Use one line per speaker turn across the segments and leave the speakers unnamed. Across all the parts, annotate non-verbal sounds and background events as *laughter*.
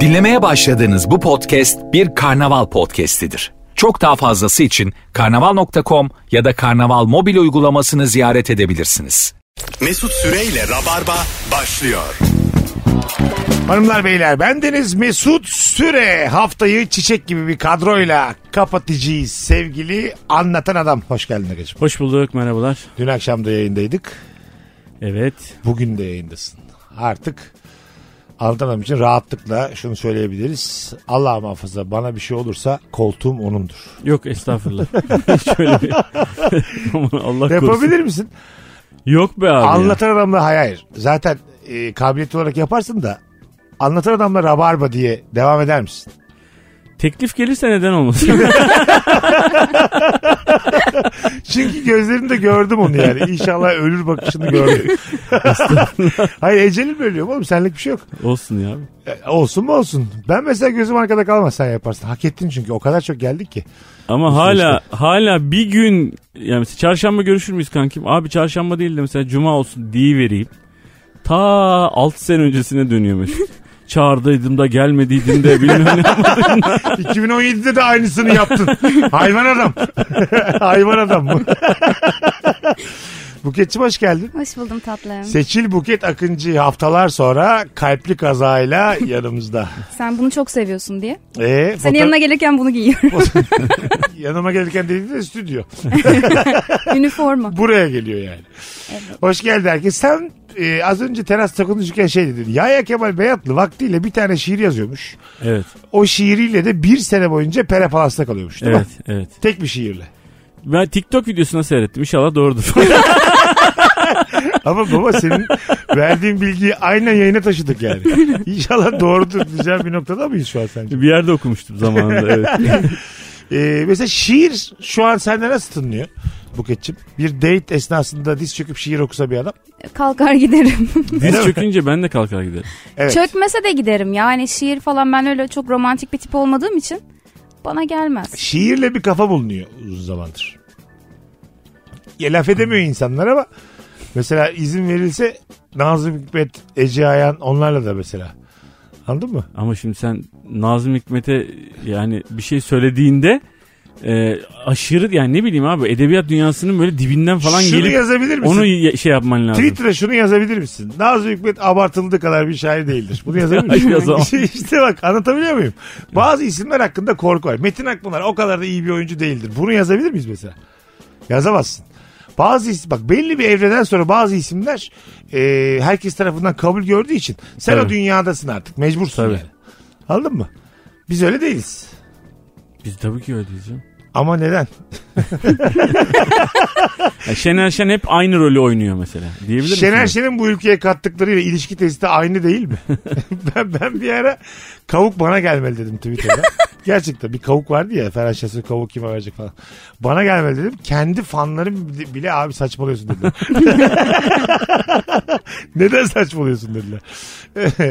Dinlemeye başladığınız bu podcast bir karnaval podcastidir. Çok daha fazlası için karnaval.com ya da karnaval mobil uygulamasını ziyaret edebilirsiniz.
Mesut Süreyle Rabarba başlıyor.
Hanımlar beyler bendeniz Mesut Süre haftayı çiçek gibi bir kadroyla kapatacağız sevgili anlatan adam. Hoş geldin Agacım.
Hoş bulduk merhabalar.
Dün akşam da yayındaydık
Evet.
bugün de yayındasın. Artık anlatan adam için rahatlıkla şunu söyleyebiliriz. Allah muhafaza bana bir şey olursa koltuğum onundur. *laughs*
Yok estağfurullah. *laughs* Şöyle bir... *laughs* Aman Allah korusun.
Yapabilir misin?
Yok be abi. ya.
Anlatan adamla hayır hayır. Zaten e, kabiliyet olarak yaparsın da anlatan adamla rabarba diye devam eder misin?
Teklif gelirse neden olmasın?
*laughs* Çünkü gözlerinde gördüm onu yani. İnşallah ölür bakışını gördüm. Hayır ecelim ölüyor oğlum senlik bir şey yok.
Olsun ya.
E, olsun mu olsun. Ben mesela gözüm arkada kalmaz sen yaparsın. Hak ettin çünkü o kadar çok geldik ki.
Ama hala hala bir gün yani mesela çarşamba görüşür müyüz kankim? Abi çarşamba değil de mesela cuma olsun diye vereyim. Ta 6 sene öncesine dönüyor
*laughs*
Mesut. Çağırdıydım da gelmediydin de bilmem ne.
2017'de de aynısını yaptın. Hayvan adam. *laughs* Hayvan adam bu. Buketçim hoş geldin.
Hoş buldum tatlım.
Seçil Buket Akıncı haftalar sonra kalpli kazayla yanımızda.
Sen bunu çok seviyorsun diye.
Ee,
Senin
foto-
yanına gelirken
*laughs*
bunu giyiyorum.
yanıma gelirken dediğinde de stüdyo.
Üniforma.
Buraya geliyor yani. Hoş geldi herkes. Sen e, az önce terasta konuşurken şey dedin. Yahya Kemal Beyatlı vaktiyle bir tane şiir yazıyormuş.
Evet.
O şiiriyle de bir sene boyunca Pera Palas'ta kalıyormuş değil
Evet,
mi?
evet.
Tek bir şiirle.
Ben TikTok videosuna seyrettim. İnşallah doğrudur. *laughs*
Ama baba senin verdiğin bilgiyi aynen yayına taşıdık yani. İnşallah doğrudur diyeceğim bir noktada mıyız şu an sence?
bir yerde okumuştum zamanında. Evet.
*laughs* Ee, mesela şiir şu an sende nasıl tınlıyor Buketçim? Bir date esnasında diz çöküp şiir okusa bir adam.
Kalkar giderim.
Diz çökünce ben de kalkar giderim.
*laughs* Evet.
Çökmese de giderim. Yani şiir falan ben öyle çok romantik bir tip olmadığım için bana
E,
gelmez.
Şiirle bir kafa bulunuyor uzun zamandır. Ya laf edemiyor insanlar ama mesela izin verilse Nazım Hikmet, Ece Ayan onlarla da mesela. Anladın mı?
Ama şimdi sen Nazım Hikmet'e yani bir şey söylediğinde e, aşırı yani ne bileyim abi edebiyat dünyasının böyle dibinden falan
Şunu
gelip
yazabilir misin?
onu ye- şey yapman lazım.
Twitter'a şunu yazabilir misin? Nazım Hikmet abartıldığı kadar bir şair değildir. Bunu yazabilir
Hayır,
*laughs*
yazamam.
misin? işte bak anlatabiliyor muyum? Bazı isimler hakkında korku var. Metin Akpınar o kadar da iyi bir oyuncu değildir. Bunu yazabilir miyiz mesela? Yazamazsın. Bazı isim, bak belli bir evreden sonra bazı isimler e, herkes tarafından kabul gördüğü için sen o
Tabii.
dünyadasın artık mecbursun
Tabii.
yani. Anladın mı? Biz öyle değiliz.
Biz tabii ki öyle diyeceğim.
Ama neden?
Ya Şener Şen hep aynı rolü oynuyor mesela. Diyebilir misin?
Şener Şen'in bu ülkeye kattıklarıyla ilişki testi aynı değil
*laughs*
mi? ben, ben bir ara kavuk bana gelmeli dedim
*laughs*
Twitter'da. Gerçekten bir kavuk vardı ya Ferhan Şensoy kavuk kime verecek falan. Bana gelmeli dedim. Kendi fanlarım bile- bile abi saçmalıyorsun
*laughs*
dediler. Neden saçmalıyorsun dediler.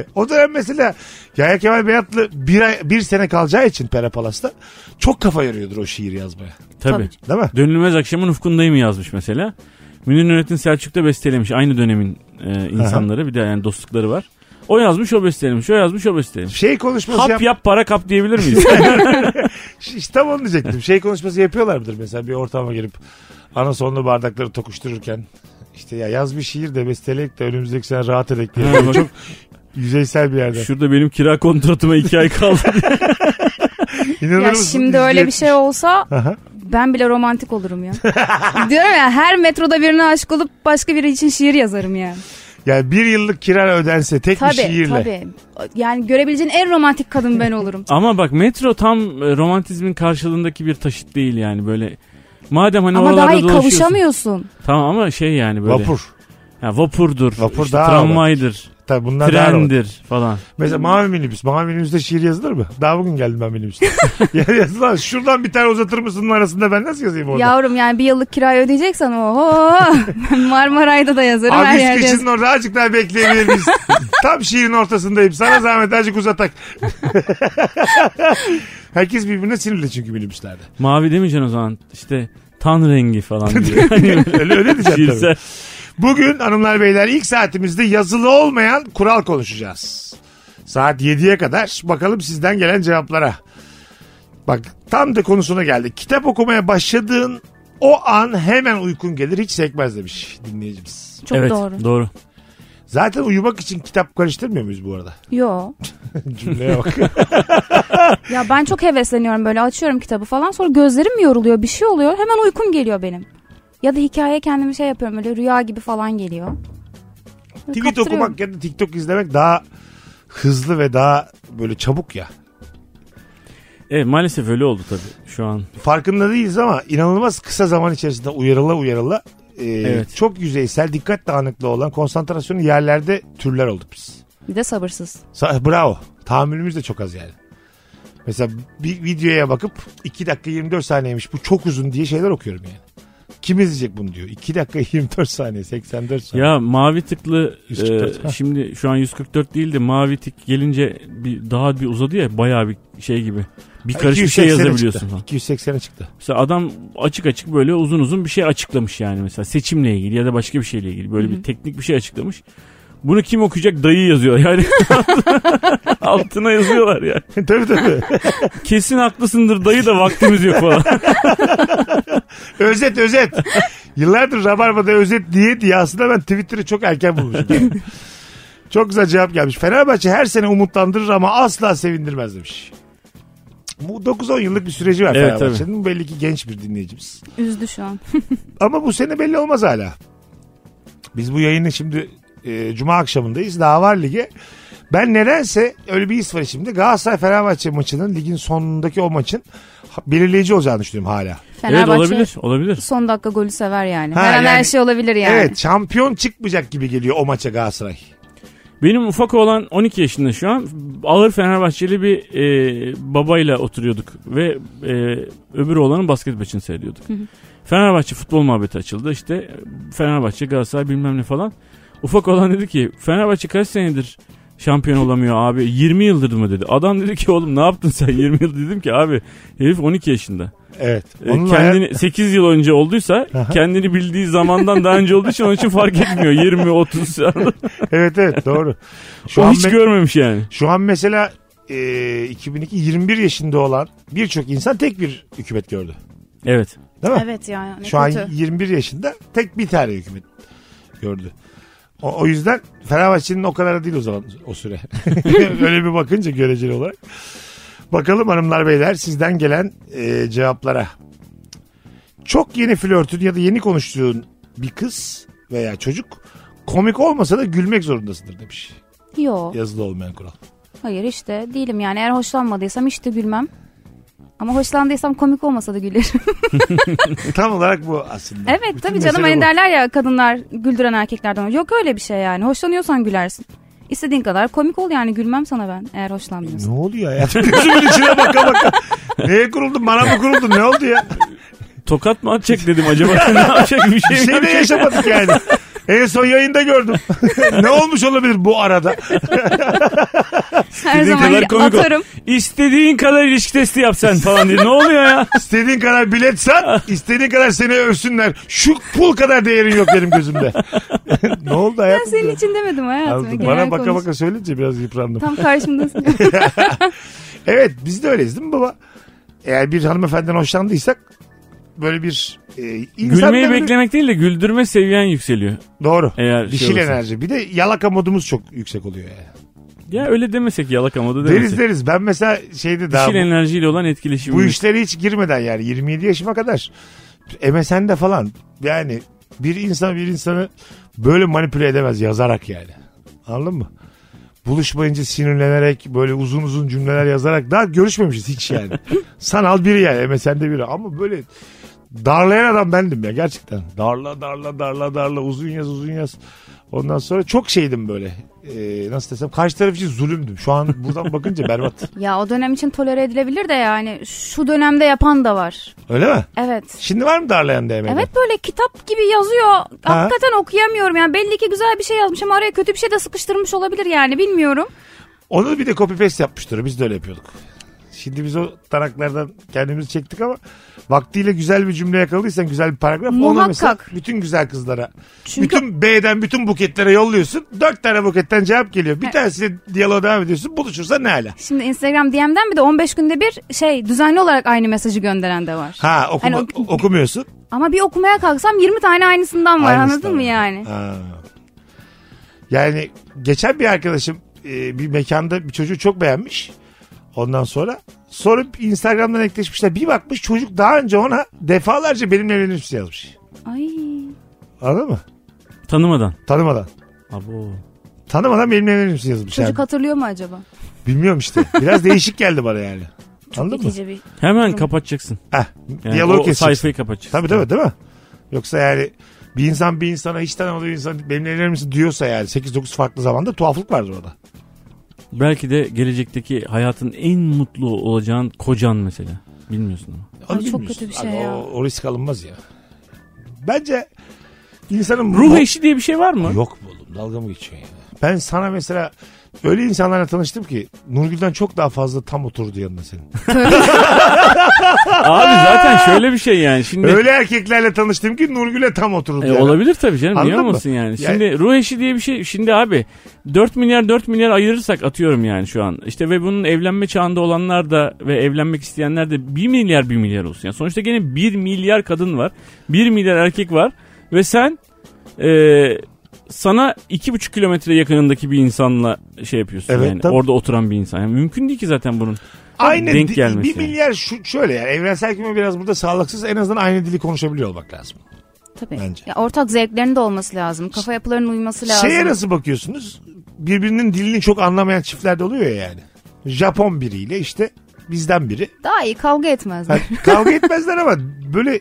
*laughs* o dönem mesela Yahya Kemal Beyatlı bir, ay, bir sene kalacağı için Pera Palas'ta çok kafa yarıyordur o şiir yazmaya.
Tabii.
Değil mi?
Dönülmez akşamın ufkundayım yazmış mesela. Münir Nurettin Selçuk da bestelemiş. Aynı dönemin e, insanları bir de yani dostlukları var. O yazmış o bestelemiş. O yazmış o bestelemiş.
Şey konuşması
Hap
yap-
yap para kap
*laughs*
diyebilir miyiz?
İşte tam onu diyecektim. Şey konuşması yapıyorlar mıdır mesela bir ortama girip ana sonlu bardakları tokuştururken işte ya yaz bir şiir de besteleyek de önümüzdeki sene rahat edek
*laughs*
diye.
Ha, bak.
Çok yüzeysel bir yerden.
Şurada benim kira kontratıma iki ay kaldı.
İnanır
Ya
mısın?
şimdi öyle bir şey olsa
Aha.
ben bile romantik
*laughs*
olurum ya. Diyorum ya her metroda birine aşık olup başka biri için şiir yazarım ya.
Yani bir yıllık kira ödense tek bir
Tabii
şiirle.
tabii. Yani görebileceğin en romantik kadın
*laughs*
ben olurum.
Ama bak metro tam e, romantizmin karşılığındaki bir taşıt değil yani böyle. Madem hani
Ama
oralarda
daha iyi
dolaşıyorsun.
kavuşamıyorsun.
Tamam ama şey yani böyle.
Vapur.
Ya vapurdur.
Vapur
işte
daha
tramvaydır.
Tabii bunlar daha romantik.
trendir falan.
Mesela mavi minibüs. Mavi minibüste şiir yazılır mı? Daha bugün geldim ben minibüste. *laughs* yani yazılamaz. Şuradan bir tane uzatır mısın arasında ben nasıl yazayım orada?
Yavrum yani bir yıllık kirayı ödeyeceksen oho *laughs* Marmaray'da da yazarım her
Abi
yerde.
biz
yazarım.
kışın orada azıcık daha bekleyebilir
*laughs*
miyiz? Tam şiirin ortasındayım. Sana zahmet azıcık uzatak. Herkes birbirine sinirli çünkü minibüslerde.
Mavi demeyeceksin o zaman. İşte tan rengi falan
*laughs*
diyor.
Öyle öyle diyeceğim tabii.
Şiirsel.
Bugün hanımlar beyler ilk saatimizde yazılı olmayan kural konuşacağız. Saat 7'ye kadar bakalım sizden gelen cevaplara. Bak tam da konusuna geldi. Kitap okumaya başladığın o an hemen uykun gelir hiç sekmez demiş dinleyicimiz.
Çok
evet,
doğru.
Doğru.
Zaten uyumak için kitap karıştırmıyor muyuz bu arada?
Yo.
Cümleye bak.
Ya ben çok hevesleniyorum böyle açıyorum kitabı falan sonra gözlerim yoruluyor bir şey oluyor hemen uykum geliyor benim. Ya da hikaye kendimi şey yapıyorum böyle rüya gibi falan geliyor. Böyle
Tweet
kaptırıyorum.
okumak ya da TikTok izlemek daha hızlı ve daha böyle çabuk ya.
Evet E, maalesef öyle oldu tabii şu an.
Farkında değiliz ama inanılmaz kısa zaman içerisinde uyarıla uyarıla e,
Evet.
çok yüzeysel, dikkat dağınıklığı olan konsantrasyonu yerlerde türler olduk biz.
Bir de sabırsız.
Sa- Bravo. Tahammülümüz de çok az yani. Mesela bir videoya bakıp 2 dakika 24 saniyeymiş bu çok uzun diye şeyler okuyorum yani. Kim izleyecek bunu diyor. 2 dakika *laughs* 24 saniye 84 saniye.
Ya mavi tıklı
144,
e,
ha.
şimdi şu an 144 değil de mavi tık gelince bir, daha bir uzadı ya bayağı bir şey gibi. Bir karış bir şey
280'e
yazabiliyorsun
çıktı.
falan.
280'e çıktı. *laughs*
Mesela adam açık açık böyle uzun uzun bir şey açıklamış yani mesela seçimle ilgili ya da başka bir şeyle ilgili böyle bir teknik bir şey açıklamış. Bunu kim okuyacak dayı yazıyor yani. *laughs* Altına yazıyorlar ya.
tabii tabii.
Kesin haklısındır dayı da vaktimiz yok falan.
Özet özet. Yıllardır Rabarba'da özet diye diye aslında ben Twitter'ı çok erken bulmuşum. Yani. çok güzel cevap gelmiş. Fenerbahçe her sene umutlandırır ama asla sevindirmez demiş. Bu 9-10 yıllık bir süreci var
Evet,
Fenerbahçe'nin. Bu Belli ki genç bir dinleyicimiz.
Üzdü
*laughs*
şu an.
Ama bu sene belli olmaz hala. Biz bu yayını şimdi e, Cuma akşamındayız. Daha var lige. Ben nedense öyle bir his var şimdi. Galatasaray Fenerbahçe maçının ligin sonundaki o maçın ha- belirleyici olacağını düşünüyorum hala.
evet
Fenerbahçe
olabilir olabilir.
son dakika golü sever yani.
Ha,
her an her
yani-
şey olabilir yani.
Evet şampiyon çıkmayacak gibi geliyor o maça Galatasaray.
Benim ufak olan 12 yaşında şu an ağır Fenerbahçeli bir e, babayla oturuyorduk ve e, öbür oğlanın basket maçını seyrediyorduk. Fenerbahçe futbol muhabbeti açıldı işte Fenerbahçe Galatasaray bilmem ne falan. Ufak olan dedi ki Fenerbahçe kaç senedir şampiyon olamıyor abi 20 yıldır mı dedi. Adam dedi ki oğlum ne yaptın sen 20 yıl dedim ki abi herif 12 yaşında.
Evet.
E,
Onun
kendini 8 yıl önce olduysa
Aha.
kendini bildiği zamandan daha önce olduğu için onun için fark etmiyor 20 30 falan.
hayat- *laughs* Evet evet doğru. Şu
*laughs* O
an,
hiç
me-
görmemiş yani.
şu an mesela e, 2002 21 yaşında olan birçok insan tek bir hükümet gördü.
Evet.
Değil mi?
Evet ya. ne
Şu an
kötü.
21 yaşında tek bir tane hükümet gördü. O, o yüzden Fenerbahçe'nin o kadar değil o zaman o süre. *laughs* Öyle bir bakınca göreceli olarak. Bakalım hanımlar beyler sizden gelen e, cevaplara. Çok yeni flörtün ya da yeni konuştuğun bir kız veya çocuk komik olmasa da gülmek zorundasındır demiş.
Yo.
Yazılı olmayan kural.
Hayır işte değilim yani. Eğer hoşlanmadıysam hiç de gülmem. Ama hoşlandıysam komik olmasa da gülerim. *laughs*
E, Tam olarak bu aslında.
evet
Bütün
tabii canım
mesele
hani
bu.
derler ya kadınlar güldüren erkeklerden. Yok öyle bir şey yani. Hoşlanıyorsan gülersin. İstediğin kadar komik ol yani gülmem sana ben eğer hoşlanmıyorsan.
Ne oluyor ya? *laughs* Gözümün içine baka baka. Neye kuruldun? Bana mı kuruldun? Ne oldu ya?
Tokat mı atacak dedim
*laughs*
acaba ne yapacak bir
Bir
şey mi
şey de
yapacak?
yaşamadık yani. En son yayında gördüm. *laughs* ne olmuş olabilir bu arada?
Her zaman
kadar komik ol.
atarım.
İstediğin kadar ilişki testi yap sen falan diye. Ne
*laughs*
oluyor ya?
İstediğin kadar bilet sat, istediğin kadar seni övsünler. Şu pul kadar değerin yok benim gözümde. *laughs* ne oldu
Ben
hayatım?
senin için demedim hayatım.
Anladım.
Genel
Bana baka
konuş.
baka söyleyince biraz yıprandım. *laughs*
Tam karşımdasın.
Evet biz de öyleyiz değil mi baba? Eğer bir hanımefendiden hoşlandıysak böyle bir e, insan
Gülmeyi
demiri-
beklemek değil de güldürme seviyen yükseliyor.
Doğru.
Eğer şey
Dişil
olursa.
enerji. Bir de yalaka modumuz çok yüksek oluyor yani.
Ya öyle demesek yalakamadı ama da demesek.
Deriz deriz. Ben mesela şeyde daha
Dişil enerjiyle olan etkileşimi.
Bu işlere hiç girmeden yani 27 yaşıma kadar MSN'de falan yani bir insan bir insanı böyle manipüle edemez yazarak yani. Anladın mı? Buluşmayınca sinirlenerek böyle uzun uzun cümleler yazarak daha görüşmemişiz hiç yani. Sanal biri yani MSN'de biri ama böyle darlayan adam bendim ya gerçekten. Darla darla darla darla uzun yaz uzun yaz. Ondan sonra çok şeydim böyle. Ee, nasıl desem karşı taraf için zulümdüm. Şu an buradan bakınca
*laughs*
berbat.
ya o dönem için tolere edilebilir de yani şu dönemde yapan da var.
Öyle mi?
Evet.
Şimdi var mı darlayan DM'de?
Evet böyle kitap gibi yazıyor. Hakikaten okuyamıyorum yani. Belli ki güzel bir şey yazmış ama araya kötü bir şey de sıkıştırmış olabilir yani bilmiyorum.
Onu bir de copy paste yapmıştır. Biz de öyle yapıyorduk. Şimdi biz o taraklardan kendimizi çektik ama vaktiyle güzel bir cümle yakaladıysan güzel bir paragraf. onu
Muhakkak.
mesela bütün güzel kızlara.
Çünkü-
Bütün B'den bütün buketlere yolluyorsun. Dört tane buketten cevap geliyor. Bir tanesiyle diyaloğa devam ediyorsun. Buluşursa ne hala?
Şimdi Instagram DM'den bir de 15 günde bir şey düzenli olarak aynı mesajı gönderen de var.
Ha okuma,
Hani ok-
okumuyorsun.
Ama bir okumaya kalksam 20 tane aynısından var
Aynısı
anladın
da
mı
var.
yani?
Ha. Yani geçen bir arkadaşım e, bir mekanda bir çocuğu çok beğenmiş. Ondan sonra sonra Instagram'dan ekleşmişler. Bir bakmış çocuk daha önce ona defalarca benimle evlenir misin yazmış.
Ay.
Anladın mı?
Tanımadan.
Tanımadan.
Abo.
Tanımadan benimle evlenir misin yazmış.
Çocuk
yani.
hatırlıyor mu acaba?
Bilmiyorum işte.
*laughs*
Biraz değişik geldi bana yani. Anladın mı?
İtici bir.
Hemen kapatacaksın.
Heh,
Yani
diyaloğu
o
keseceksin.
sayfayı kapatacaksın.
Tabii tabii değil mi? Yoksa yani bir insan bir insana hiç tanımadığı bir insan benimle evlenir misin diyorsa yani 8-9 farklı zamanda tuhaflık vardır orada.
Belki de gelecekteki hayatın en mutlu olacağın kocan mesela. Bilmiyorsun ama.
Onu
Ay, çok
bilmiyorsun.
kötü bir şey
Abi
ya.
O, o risk alınmaz ya. Bence insanın
Ruh
bu-
eşi diye bir şey var mı?
Yok mu oğlum dalga mı geçiyorsun ya? Ben sana mesela öyle insanlarla tanıştım ki Nurgül'den çok daha fazla tam oturdu yanında senin.
Abi zaten şöyle bir şey yani. Şimdi
öyle erkeklerle tanıştım ki Nurgül'e tam oturdu.
E,
yani.
olabilir tabii canım.
Anladın
Niye
mı?
olmasın yani?
Yani-
Şimdi ruh eşi diye bir şey. Şimdi abi 4 milyar 4 milyar ayırırsak atıyorum yani şu an. İşte ve bunun evlenme çağında olanlar da ve evlenmek isteyenler de 1 milyar 1 milyar olsun. Yani sonuçta gene 1 milyar kadın var. 1 milyar erkek var. Ve sen e, sana 2,5 kilometre yakınındaki bir insanla şey yapıyorsun
Evet,
yani.
tabii.
Orada oturan bir insan. Yani mümkün değil ki zaten bunun.
Aynı
denk
di-
gelmesi
Bir
yani.
milyar şu, şöyle yani evrensel kelime biraz burada sağlıksız en azından aynı dili konuşabiliyor olmak lazım.
Tabii.
Bence. Şey
Ya ortak zevklerin de olması lazım. Kafa yapılarının uyması lazım.
Şeye nasıl bakıyorsunuz? Birbirinin dilini çok anlamayan çiftlerde oluyor ya yani. Japon biriyle işte bizden biri.
Daha iyi kavga
Ha,
etmezler.
kavga etmezler ama böyle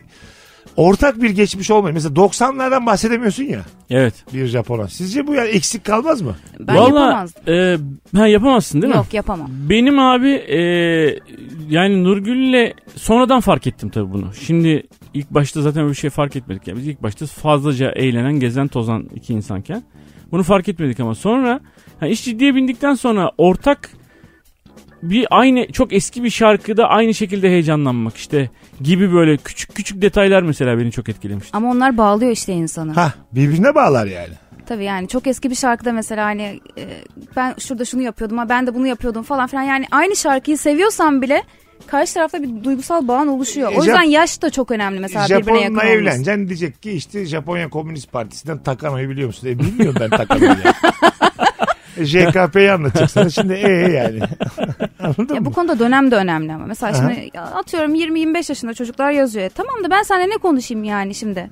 ortak bir geçmiş olmuyor. Mesela 90'lardan bahsedemiyorsun ya
Evet.
bir Japon'a. Sizce bu yani eksik kalmaz mı?
Ben
Vallahi,
yapamazdım.
e, ha, yapamazsın değil mi?
Yok yapamam.
Benim abi e, yani Nurgül'le sonradan fark ettim tabii bunu. Şimdi ilk başta zaten öyle bir şey fark etmedik. Yani biz ilk başta fazlaca eğlenen, gezen, tozan iki insanken bunu fark etmedik ama sonra yani iş ciddiye bindikten sonra ortak bir aynı çok eski bir şarkıda aynı şekilde heyecanlanmak işte gibi böyle küçük küçük detaylar mesela beni çok etkilemişti.
Ama onlar bağlıyor işte insanı.
Ha birbirine bağlar yani.
Tabii yani çok eski bir şarkıda mesela hani e, ben şurada şunu yapıyordum ha ben de bunu yapıyordum falan filan. Yani aynı şarkıyı seviyorsan bile karşı tarafta bir duygusal bağın oluşuyor.
E,
O yüzden
Jap-
yaş da çok önemli mesela birbirine yakın
Japon'la
olması.
evleneceksin diyecek ki işte Japonya Komünist Partisi'nden Takano'yu biliyor musun? E bilmiyorum ben Takano'yu E, yani. JKP'yi anlatacak sana şimdi e yani. *laughs* Anladın
Ya
mı?
bu konuda dönem de önemli ama. Mesela şimdi ya atıyorum 20-25 yaşında çocuklar yazıyor. E, Tamam da ben seninle ne konuşayım yani şimdi?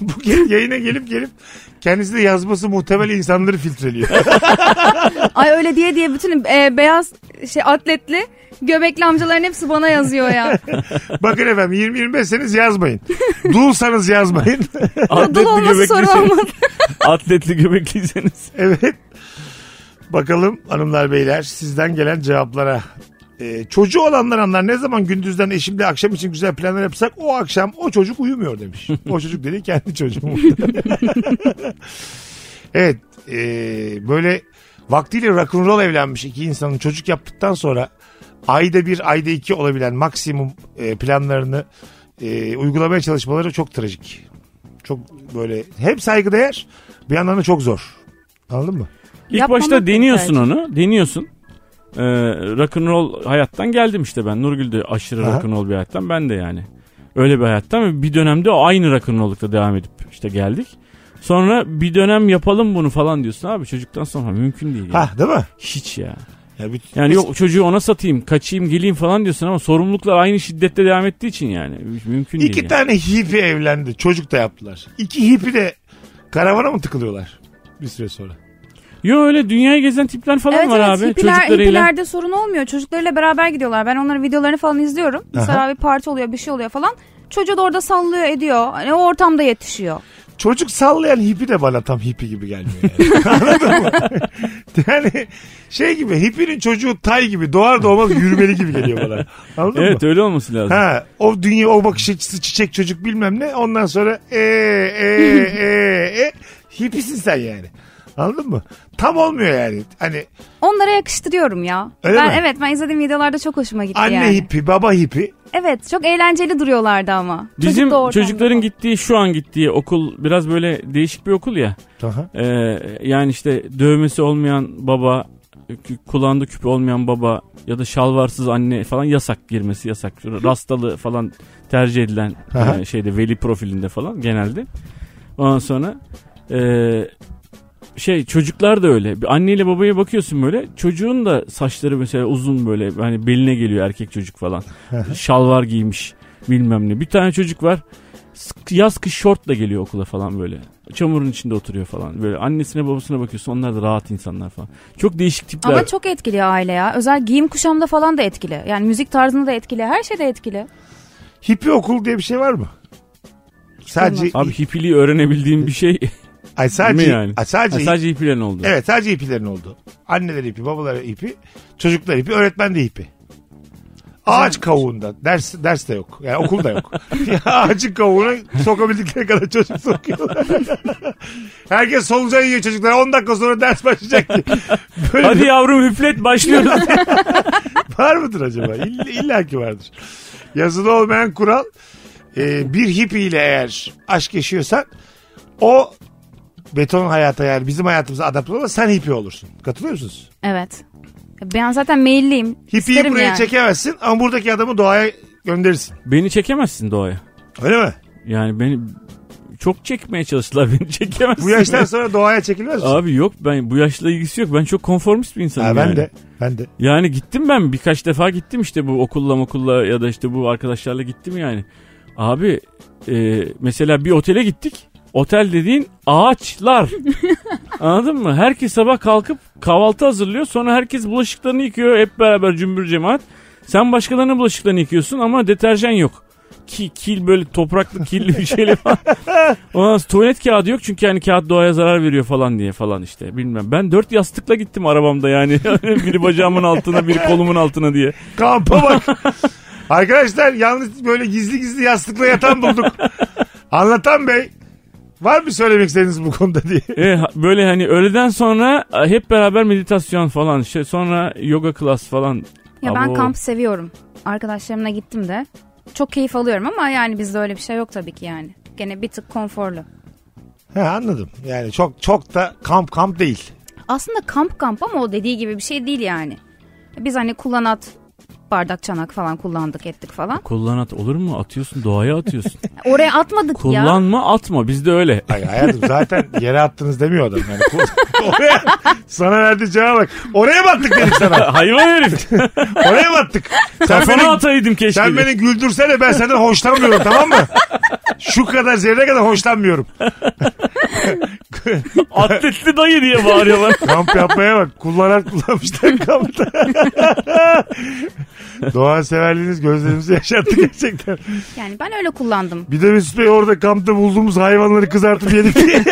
Bu gel- yayına gelip gelip kendisi de yazması muhtemel insanları filtreliyor. *laughs*
Ay öyle diye diye bütün e, beyaz şey atletli göbekli amcaların hepsi bana yazıyor ya.
Bakın efendim 20-25 seniz yazmayın. Dulsanız yazmayın.
O dul olması sorun
şey.
göbeklisiniz.
olmaz.
şey- Atletli göbekliyseniz.
*laughs* Evet. Bakalım hanımlar beyler sizden gelen cevaplara. Ee, çocuğu olanlar anlar ne zaman gündüzden eşimle akşam için güzel planlar yapsak o akşam o çocuk uyumuyor demiş. O çocuk dedi kendi çocuğum. *laughs* evet e, böyle vaktiyle rock'n'roll evlenmiş iki insanın çocuk yaptıktan sonra ayda bir ayda iki olabilen maksimum e, planlarını e, uygulamaya çalışmaları çok trajik. Çok böyle hem saygıdeğer bir yandan da çok zor. Anladın mı?
İlk
Yapmamak
başta
da
deniyorsun
güzel.
onu. Deniyorsun. Ee, rock'n'roll hayattan geldim işte ben. Nurgül de aşırı
Aha.
rock'n'roll bir hayattan. Ben de yani. Öyle bir hayattan ve bir dönemde o aynı rock'n'roll'lukta devam edip işte geldik. Sonra bir dönem yapalım bunu falan diyorsun abi çocuktan sonra mümkün değil. ya.
Ha değil mi?
Hiç ya.
Ya bir-
Yani yok çocuğu ona satayım, kaçayım, geleyim falan diyorsun ama sorumluluklar aynı şiddette devam ettiği için yani mümkün değil.
İki
yani.
tane hippie evlendi. Çocuk da yaptılar. İki hippie de karavana mı tıkılıyorlar? Bir süre sonra.
Yo öyle dünyayı gezen tipler falan
Evet
var
evet
abi
hippiler-
çocuklarıyla.
hippilerde sorun olmuyor. Çocuklarıyla beraber gidiyorlar. Ben onların videolarını falan izliyorum. Mesela bir parti oluyor bir şey oluyor falan. Çocuğu da orada sallıyor ediyor. Hani o ortamda yetişiyor.
Çocuk sallayan hippie de bana tam hippie gibi gelmiyor *laughs* yani. Anladın mı? Yani şey gibi hippie'nin çocuğu tay gibi doğar doğmaz yürümeli gibi geliyor bana. Anladın
Evet
mı?
öyle olması lazım.
Ha, o dünya o bakış açısı çiçek çocuk bilmem ne
*laughs*
ondan sonra e e e e hippisin sen yani. Anladın mı? tam olmuyor yani. Hani
Onlara yakıştırıyorum ya.
Öyle
ben
mi?
evet ben izlediğim videolarda çok hoşuma gitti
anne
yani.
hippi, baba hippi.
Evet çok eğlenceli duruyorlardı ama.
Bizim
Çocuk da ortamda.
çocukların gittiği şu an gittiği okul biraz böyle değişik bir okul ya.
Aha.
Ee, yani işte dövmesi olmayan baba, kü- kulağında küpü olmayan baba ya da şalvarsız anne falan yasak girmesi yasak. Şöyle Rastalı falan tercih edilen
Aha.
e, şeyde veli profilinde falan genelde. Ondan sonra e, şey çocuklar da öyle. Bir anneyle babaya bakıyorsun böyle. Çocuğun da saçları mesela uzun böyle hani beline geliyor erkek çocuk falan. Şalvar giymiş bilmem ne. Bir tane çocuk var. Sık- Yaz kış şortla geliyor okula falan böyle. Çamurun içinde oturuyor falan. Böyle annesine babasına bakıyorsun. Onlar da rahat insanlar falan. Çok değişik tipler.
Ama çok etkili aile ya. Özel giyim kuşamda falan da etkili. Yani müzik tarzında da etkili. Her şeyde etkili.
Hippi okul diye bir şey var mı? Sadece
Abi hipiliği öğrenebildiğim bir şey.
ay sadece
mi yani?
ay sadece,
Ha, sadece hipilerin oldu.
evet sadece hippilerin oldu. Anneler hippi, babalar hippi, çocuklar hippi, öğretmen de hippi. Ağaç kavuğunda. Ders, ders de yok. Yani okul da
*laughs*
yok. *laughs* Ağacın kavuğuna sokabildikleri kadar çocuk sokuyorlar. *laughs* Herkes solucan yiyor çocuklar. 10 dakika sonra ders başlayacak diye. Böyle
Hadi yavrum hüflet başlıyoruz.
Var mıdır acaba? İlla, illa ki vardır. Yazılı olmayan kural e, bir hippiyle eğer aşk yaşıyorsan o beton hayata yani bizim hayatımıza adapte olma sen hippi olursun. Katılıyor musunuz?
Evet. Ben zaten meyilliyim.
Hippiyi
İsterim
buraya
yani.
çekemezsin ama buradaki adamı doğaya gönderirsin.
*laughs* Beni çekemezsin doğaya.
Öyle mi?
Yani beni çok çekmeye çalıştılar beni çekemezsin.
Bu yaştan sonra doğaya çekilmez misin?
Abi yok ben bu yaşla ilgisi yok. Ben çok konformist bir insanım
Ha, ben
yani.
de. Ben de.
Yani gittim ben birkaç defa gittim işte bu okulla okulla ya da işte bu arkadaşlarla gittim yani. Abi e, mesela bir otele gittik. Otel dediğin ağaçlar. Anladın mı? Herkes sabah kalkıp kahvaltı hazırlıyor. Sonra herkes bulaşıklarını yıkıyor. Hep beraber cümbür cemaat. Sen başkalarının bulaşıklarını yıkıyorsun ama deterjan yok. Ki, kil böyle topraklı kirli bir şeyle falan. Ondan sonra tuvalet kağıdı yok çünkü yani kağıt doğaya zarar veriyor falan diye falan işte bilmem. Ben dört yastıkla gittim arabamda yani. *laughs* biri bacağımın altına biri kolumun altına diye.
Kampa bak. Arkadaşlar yalnız böyle gizli gizli yastıkla yatan bulduk. Anlatan bey. Var mı söylemek istediğiniz bu konuda diye.
E, ha- böyle hani öğleden sonra e, hep beraber meditasyon falan işte sonra yoga klas falan.
Ya ben
Abo.
kamp seviyorum. Arkadaşlarımla gittim de. Çok keyif alıyorum ama yani bizde öyle bir şey yok tabii ki yani. Gene bir tık konforlu.
He anladım. Yani çok çok da kamp kamp değil.
Aslında kamp kamp ama o dediği gibi bir şey değil yani. Biz hani kullanat bardak çanak falan kullandık ettik falan.
Kullanat olur mu? Atıyorsun doğaya
*laughs*
atıyorsun.
Oraya atmadık ya.
Kullanma atma bizde öyle. *laughs*
Ay hayatım zaten yere attınız demiyor adam. Yani Ko- *laughs* oraya, sana verdiği cevaba bak. Oraya battık dedik sana.
Hayvan herif.
Oraya battık. Sen
Kafana
beni,
ataydım keşke.
sen
diye.
beni güldürsene ben senden hoşlanmıyorum tamam mı? Şu kadar zerre kadar hoşlanmıyorum.
*laughs* Atletli dayı diye *laughs* bağırıyor bana.
Kamp yapmaya bak. Kullanan kullanmışlar
*laughs*
kampta. Doğa severliğiniz gözlerimizi yaşarttı gerçekten.
Yani ben öyle kullandım.
Bir de Mesut Bey orada kampta bulduğumuz hayvanları kızartıp yedik diye.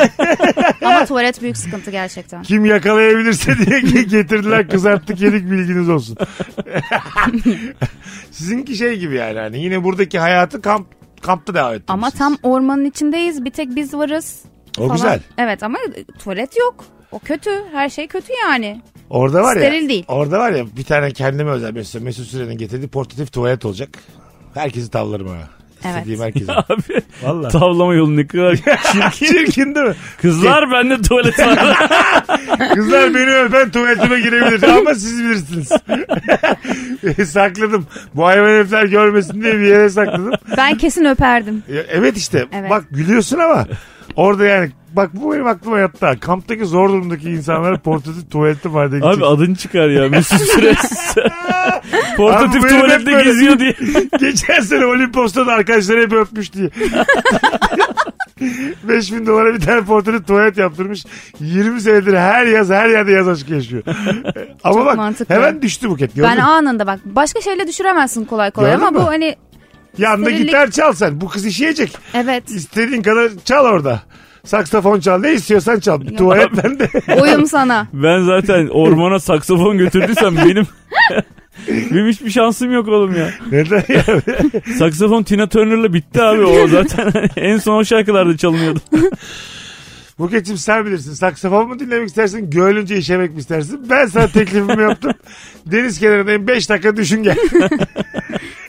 Ama tuvalet büyük
*laughs*
sıkıntı gerçekten.
Kim yakalayabilirse *laughs* diye ge- getirdiler kızarttık yedik bilginiz *laughs* olsun. Sizinki şey gibi yani hani yine buradaki hayatı kamp kampta devam ettiniz.
Ama tam ormanın içindeyiz. Bir tek biz varız.
o
falan.
güzel.
Evet ama tuvalet yok. O kötü. Her şey kötü yani.
Orada var ya.
Steril değil.
Orada var ya bir tane kendime özel mesela Mesut Süren'in getirdiği portatif tuvalet olacak. Herkesi tavlarım ha. İstediğim *laughs* herkese.
Abi
Valla.
tavlama yolu ne kadar
Çirkin değil mi?
*laughs* Kızlar bende tuvalet *laughs* var.
Kızlar beni öpen tuvaletime girebilir ama siz bilirsiniz. *laughs* sakladım. Bu hayvan herifler görmesin diye bir yere sakladım.
Ben kesin öperdim.
Ya Evet işte.
Evet.
Bak gülüyorsun ama orada yani bak bu benim aklıma yattı. ha. Kamptaki zor durumdaki insanlara portatif tuvaleti var diye
Abi adın çıkar ya Mesut Süres.
*laughs* Abi
Portatif
bu herif hep
tuvalette
böyle.
geziyor diye.
gidecek. *laughs* Geçen sene Olimpos'ta da arkadaşları hep öpmüş diye. *laughs* 5000 dolara bir tane portatif tuvalet yaptırmış. 20 senedir her yaz her yerde yaz aşkı
*laughs*
yaşıyor. ama bak
mantıklı.
hemen düştü buket. Gördün
Ben
mü?
anında bak başka şeyle düşüremezsin kolay kolay
Gördün
ama
mü?
bu hani
Yanında
Sterillik-
gitar çal sen. Bu kız işeyecek. *laughs*
evet
İstediğin kadar çal orada. Saksafon çal. Ne istiyorsan çal. Tuvalet
*laughs*
bende.
oyum sana.
Ben zaten ormana saksafon
*laughs*
götürdüysem benim... benim hiçbir şansım yok oğlum ya.
Neden ya?
*laughs* Saksafon Tina Turner'la bitti abi o zaten. en son o şarkılarda çalınıyordu.
Buket'cim sen bilirsin. Saksafon mu dinlemek istersin? Göğlünce işemek mi istersin? Ben sana teklifimi
*laughs*
yaptım. Deniz kenarındayım. 5 dakika düşün gel.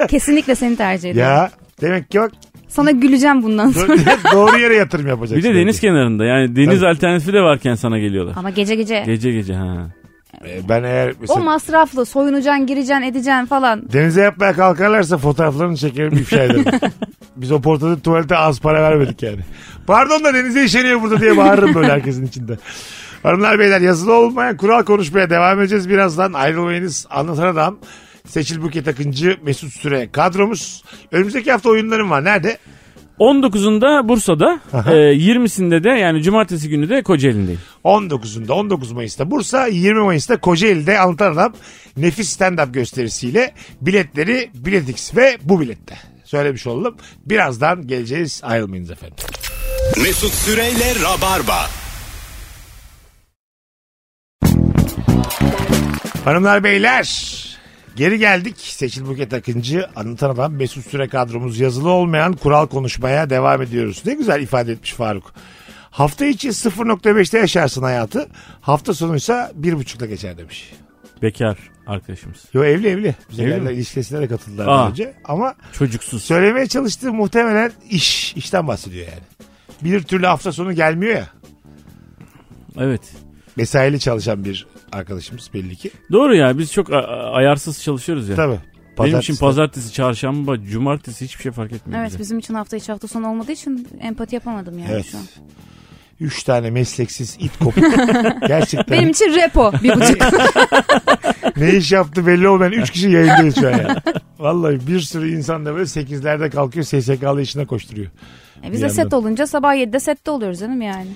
Kesinlikle seni tercih ediyorum.
ya demek ki bak
Sana güleceğim bundan sonra.
do- *laughs* doğru yere yatırım yapacaksın.
Bir de deniz kenarında yani deniz alternatifi de varken sana geliyorlar.
Ama gece gece.
Gece gece ha.
Ee, Ben eğer
O
mesela
masraflı soyunacaksın, gireceksin, edeceksin falan.
denize yapmaya kalkarlarsa fotoğraflarını çekerim ifşa ederim. Biz o portada tuvalete az para vermedik yani. Pardon da denize işeniyor burada diye bağırırım böyle herkesin içinde. Hanımlar beyler yazılı olmayan kural konuşmaya devam edeceğiz. Birazdan ayrılmayınız. Anlatan adam Seçil Buket Akıncı Mesut Süre kadromuz. Önümüzdeki hafta oyunlarım var. Nerede?
19'unda Bursa'da, e, 20'sinde de yani cumartesi günü de Kocaeli'ndeyim.
19'unda 19 Mayıs'ta Bursa 20 Mayıs'ta Kocaeli'de Anlatan Adam nefis stand-up gösterisiyle biletleri Biletix ve bu bilette. Söylemiş oldum. Birazdan geleceğiz ayrılmayınız efendim.
Mesut Süreyle Rabarba.
Hanımlar beyler geri geldik. Seçil Buket Akıncı Anlatan Adam Mesut Süre kadromuz yazılı olmayan kural konuşmaya devam ediyoruz. Ne güzel ifade etmiş Faruk. Hafta içi 0.5'te yaşarsın hayatı. Hafta sonuysa 1.5'la geçer demiş.
Bekar arkadaşımız.
Yo evli evli. Bize
Evli
geldiler,
mi?
ilişkisine de katıldılar
Aa.
daha önce. Ama
Çocuksuz.
söylemeye çalıştığı muhtemelen iş. işten bahsediyor yani. Bir türlü hafta sonu gelmiyor ya.
Evet.
Mesaili çalışan bir arkadaşımız belli ki.
Doğru ya biz çok a- a- ayarsız çalışıyoruz ya.
Tabii.
Benim için
Pazartesi-
pazartesi, çarşamba, cumartesi hiçbir şey fark etmiyor
Evet
bize.
bizim için hafta içi hafta sonu olmadığı için empati yapamadım yani
Evet.
şu an.
Üç tane mesleksiz it
*laughs*
kopuk. Gerçekten.
Benim için repo
*laughs*
bir buçuk.
ne iş yaptı belli olmayan üç kişi yayındayız şu an.
*laughs*
yani. Vallahi bir sürü insan da böyle sekizlerde kalkıyor SSK'lı işine koşturuyor.
E,
Bir
biz de
yandan.
set olunca sabah 7'de sette oluyoruz canım yani.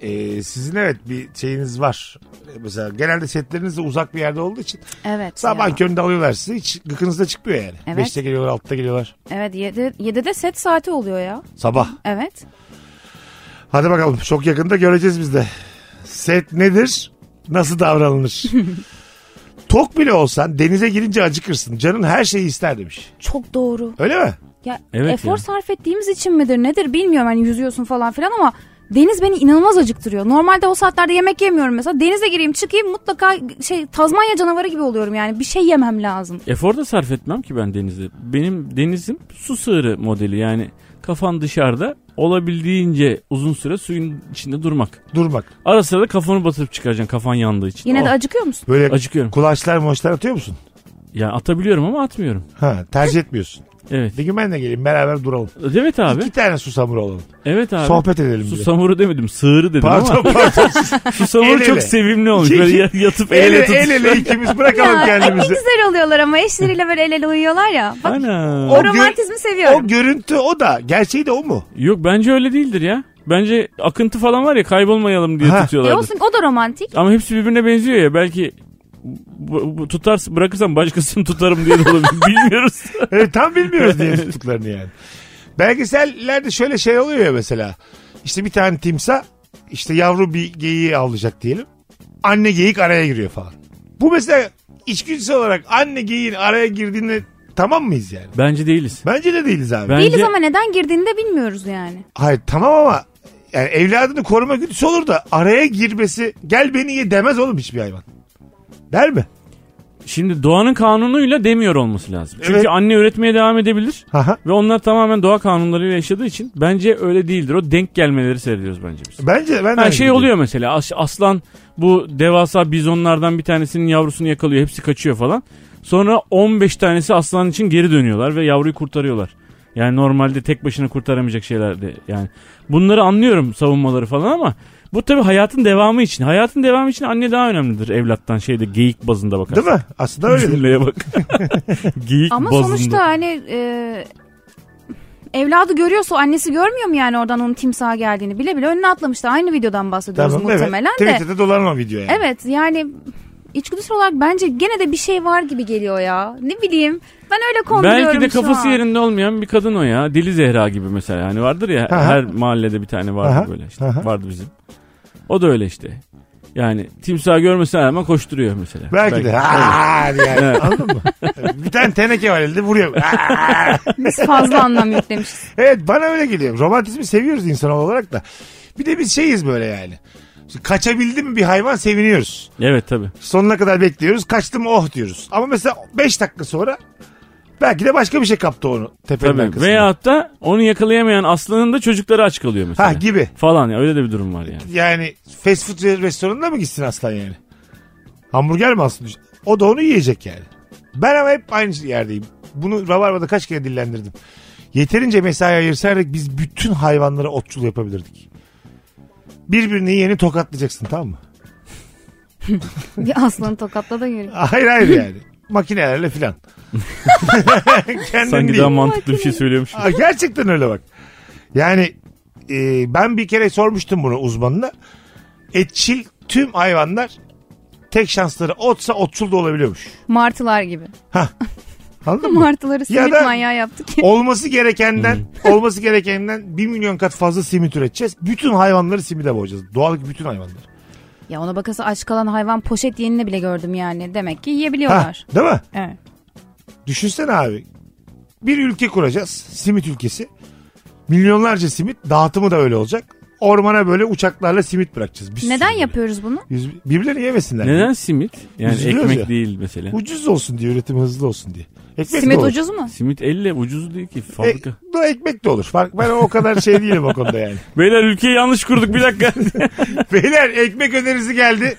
Ee, sizin evet bir şeyiniz var. Ee, Mesela genelde setleriniz de uzak bir yerde olduğu için
Evet.
sabah
ya.
köründe alıyorlar sizi hiç gıkınızda çıkmıyor yani.
Evet.
Beşte geliyorlar altta geliyorlar.
Evet 7, 7'de set saati oluyor ya.
Sabah.
Evet.
Hadi bakalım çok yakında göreceğiz biz de. Set nedir? Nasıl davranılır? Tok bile olsan denize girince acıkırsın. Canın her şeyi ister demiş.
Çok doğru.
Öyle mi?
Ya
Evet
efor
ya.
sarf ettiğimiz için midir nedir bilmiyorum hani yüzüyorsun falan filan ama deniz beni inanılmaz acıktırıyor. Normalde o saatlerde yemek yemiyorum mesela. Denize gireyim çıkayım mutlaka şey Tazmanya canavarı gibi oluyorum yani. Bir şey yemem lazım.
Efor da sarf etmem ki ben denizde. Benim denizim su sığırı modeli yani kafan dışarıda olabildiğince uzun süre suyun içinde durmak.
Durmak.
Ara sıra da kafanı batırıp çıkaracaksın kafan yandığı için.
Yine de
Oh.
acıkıyor
*laughs*
musun?
Böyle
Acıkıyorum.
kulaçlar moçlar atıyor musun?
Yani atabiliyorum ama atmıyorum.
Ha, tercih etmiyorsun.
Evet.
Bir gün ben de geleyim beraber duralım.
Evet abi.
İki tane susamur olalım.
Evet abi.
Sohbet edelim bile.
Susamuru demedim. Sığırı
*laughs*
dedim
Pardon
ama.
pardon. El
Susamuru
ele.
çok sevimli olmuş.
İki-
Böyle ya- yatıp
el,
elle
ele,
tutuşuyor.
el ele ikimiz bırakalım
Ya, ne
kendimizi.
güzel oluyorlar ama eşleriyle böyle el ele uyuyorlar ya. Bak
Ana.
o
gö-
romantizmi
O
seviyorum.
görüntü o da. Gerçeği de o mu?
Yok bence öyle değildir ya. Bence akıntı falan var ya kaybolmayalım diye
Ha.
E
tutuyorlardı.
olsun o da romantik.
Ama hepsi birbirine benziyor ya. Belki bu, bu- tutarsın bırakırsam başkasını *laughs* tutarım diye de olabilir. Bilmiyoruz.
Evet, tam bilmiyoruz
*laughs*
diye tuttuklarını yani. Belgesellerde şöyle şey oluyor ya mesela. İşte bir tane timsah işte yavru bir geyiği avlayacak diyelim. Anne geyik araya giriyor falan. Bu mesela içgüdüsel olarak anne geyiğin araya girdiğinde tamam mıyız yani?
Bence değiliz.
Bence de değiliz abi.
Bence
Değiliz ama neden girdiğini de bilmiyoruz yani.
Hayır tamam ama yani evladını koruma güdüsü olur da araya girmesi gel beni ye demez oğlum hiçbir hayvan. Der mi?
şimdi doğanın kanunuyla demiyor olması lazım. Çünkü
Evet.
anne üretmeye devam edebilir.
Aha.
Ve onlar tamamen doğa kanunlarıyla yaşadığı için bence öyle değildir. O denk gelmeleri seyrediyoruz bence biz.
Bence ben de
Ha,
aynı
şey
gibi.
oluyor mesela as- aslan bu devasa bizonlardan bir tanesinin yavrusunu yakalıyor hepsi kaçıyor falan. Sonra 15 tanesi aslan için geri dönüyorlar ve yavruyu kurtarıyorlar. Yani normalde tek başına kurtaramayacak şeylerdi yani. Bunları anlıyorum savunmaları falan ama bu tabii hayatın devamı için. Hayatın devamı için anne daha önemlidir evlattan şeyde geyik bazında bakar.
Değil mi? Aslında öyle.
Cümleye bak. *laughs* geyik
Ama
bazında.
sonuçta hani e, evladı görüyorsa annesi görmüyor mu yani oradan onun timsaha geldiğini? Bile bile önüne atlamıştı. Aynı videodan bahsediyoruz
Tamam, evet.
muhtemelen de.
Twitter'da dolanma video yani.
Evet yani içgüdüsel olarak bence gene de bir şey var gibi geliyor ya. Ne bileyim ben öyle konduruyorum
Belki de
şu
kafası
an.
yerinde olmayan bir kadın o ya. Deli Zehra gibi mesela. Hani vardır ya
Aha.
her mahallede bir tane vardı
Aha.
böyle işte.
Aha.
Vardı bizim. O da öyle işte. Yani timsah görmesine rağmen koşturuyor mesela.
Belki, de. Ha, yani.
Evet.
Anladın mı? bir tane teneke var elde vuruyor. Ha.
Biz fazla anlam yüklemişiz.
*laughs* evet bana öyle geliyor. Romantizmi seviyoruz insan olarak da. Bir de biz şeyiz böyle yani. İşte Kaçabildi mi bir hayvan seviniyoruz.
Evet tabi.
Sonuna kadar bekliyoruz. Kaçtı mı oh diyoruz. Ama mesela 5 dakika sonra belki de başka bir şey kaptı onu tepenin
Tabii.
arkasında.
Veyahut da onu yakalayamayan aslanın da çocukları aç kalıyor mesela.
Ha gibi.
Falan ya öyle de bir durum var yani.
Yani fast food restoranına mı gitsin aslan yani? Hamburger mi aslında? O da onu yiyecek yani. Ben ama hep aynı yerdeyim. Bunu Rabarba'da kaç kere dillendirdim. Yeterince mesai ayırsaydık biz bütün hayvanlara otçul yapabilirdik. Birbirini yeni tokatlayacaksın tamam mı?
Bir aslanı tokatla da yürü.
Hayır hayır yani. Makinelerle filan. Kendin
Sanki
değil.
daha mantıklı bir şey söylüyormuşum.
Aa, gerçekten öyle bak. Yani e, ben bir kere sormuştum bunu uzmanına. Etçil tüm hayvanlar tek şansları otsa otçul da olabiliyormuş.
Martılar gibi.
Anladın mı?
Martıları
Ya
simit
da-
manyağı yaptık.
olması gerekenden olması gerekenden 1 milyon kat fazla simit üreteceğiz. Bütün hayvanları simide boğacağız. Doğal bütün hayvanları.
ya ona bakası aç kalan hayvan poşet yenini bile gördüm yani. Demek ki
Ha,
yiyebiliyorlar.
değil mi?
Evet.
Düşünsene abi. Bir ülke kuracağız. Simit ülkesi. Milyonlarca simit. Dağıtımı da öyle olacak. Ormana böyle uçaklarla simit bırakacağız. Bir sürü
Neden
böyle.
yapıyoruz bunu?
Yüz- Birbirlerini yemesinler.
Neden simit? Yani
Üzülüyoruz
ekmek
ya.
değil mesela.
Ucuz olsun diye üretim hızlı olsun diye. Ekmek
Simit
de olur.
ucuz mu?
Simit elle ucuz değil ki
E,
fabrika.
bu ekmek de olur. Fark, ben o kadar şey değilim o konuda yani.
Beyler ülkeyi yanlış kurduk
*laughs*
bir dakika.
Beyler ekmek önerisi geldi.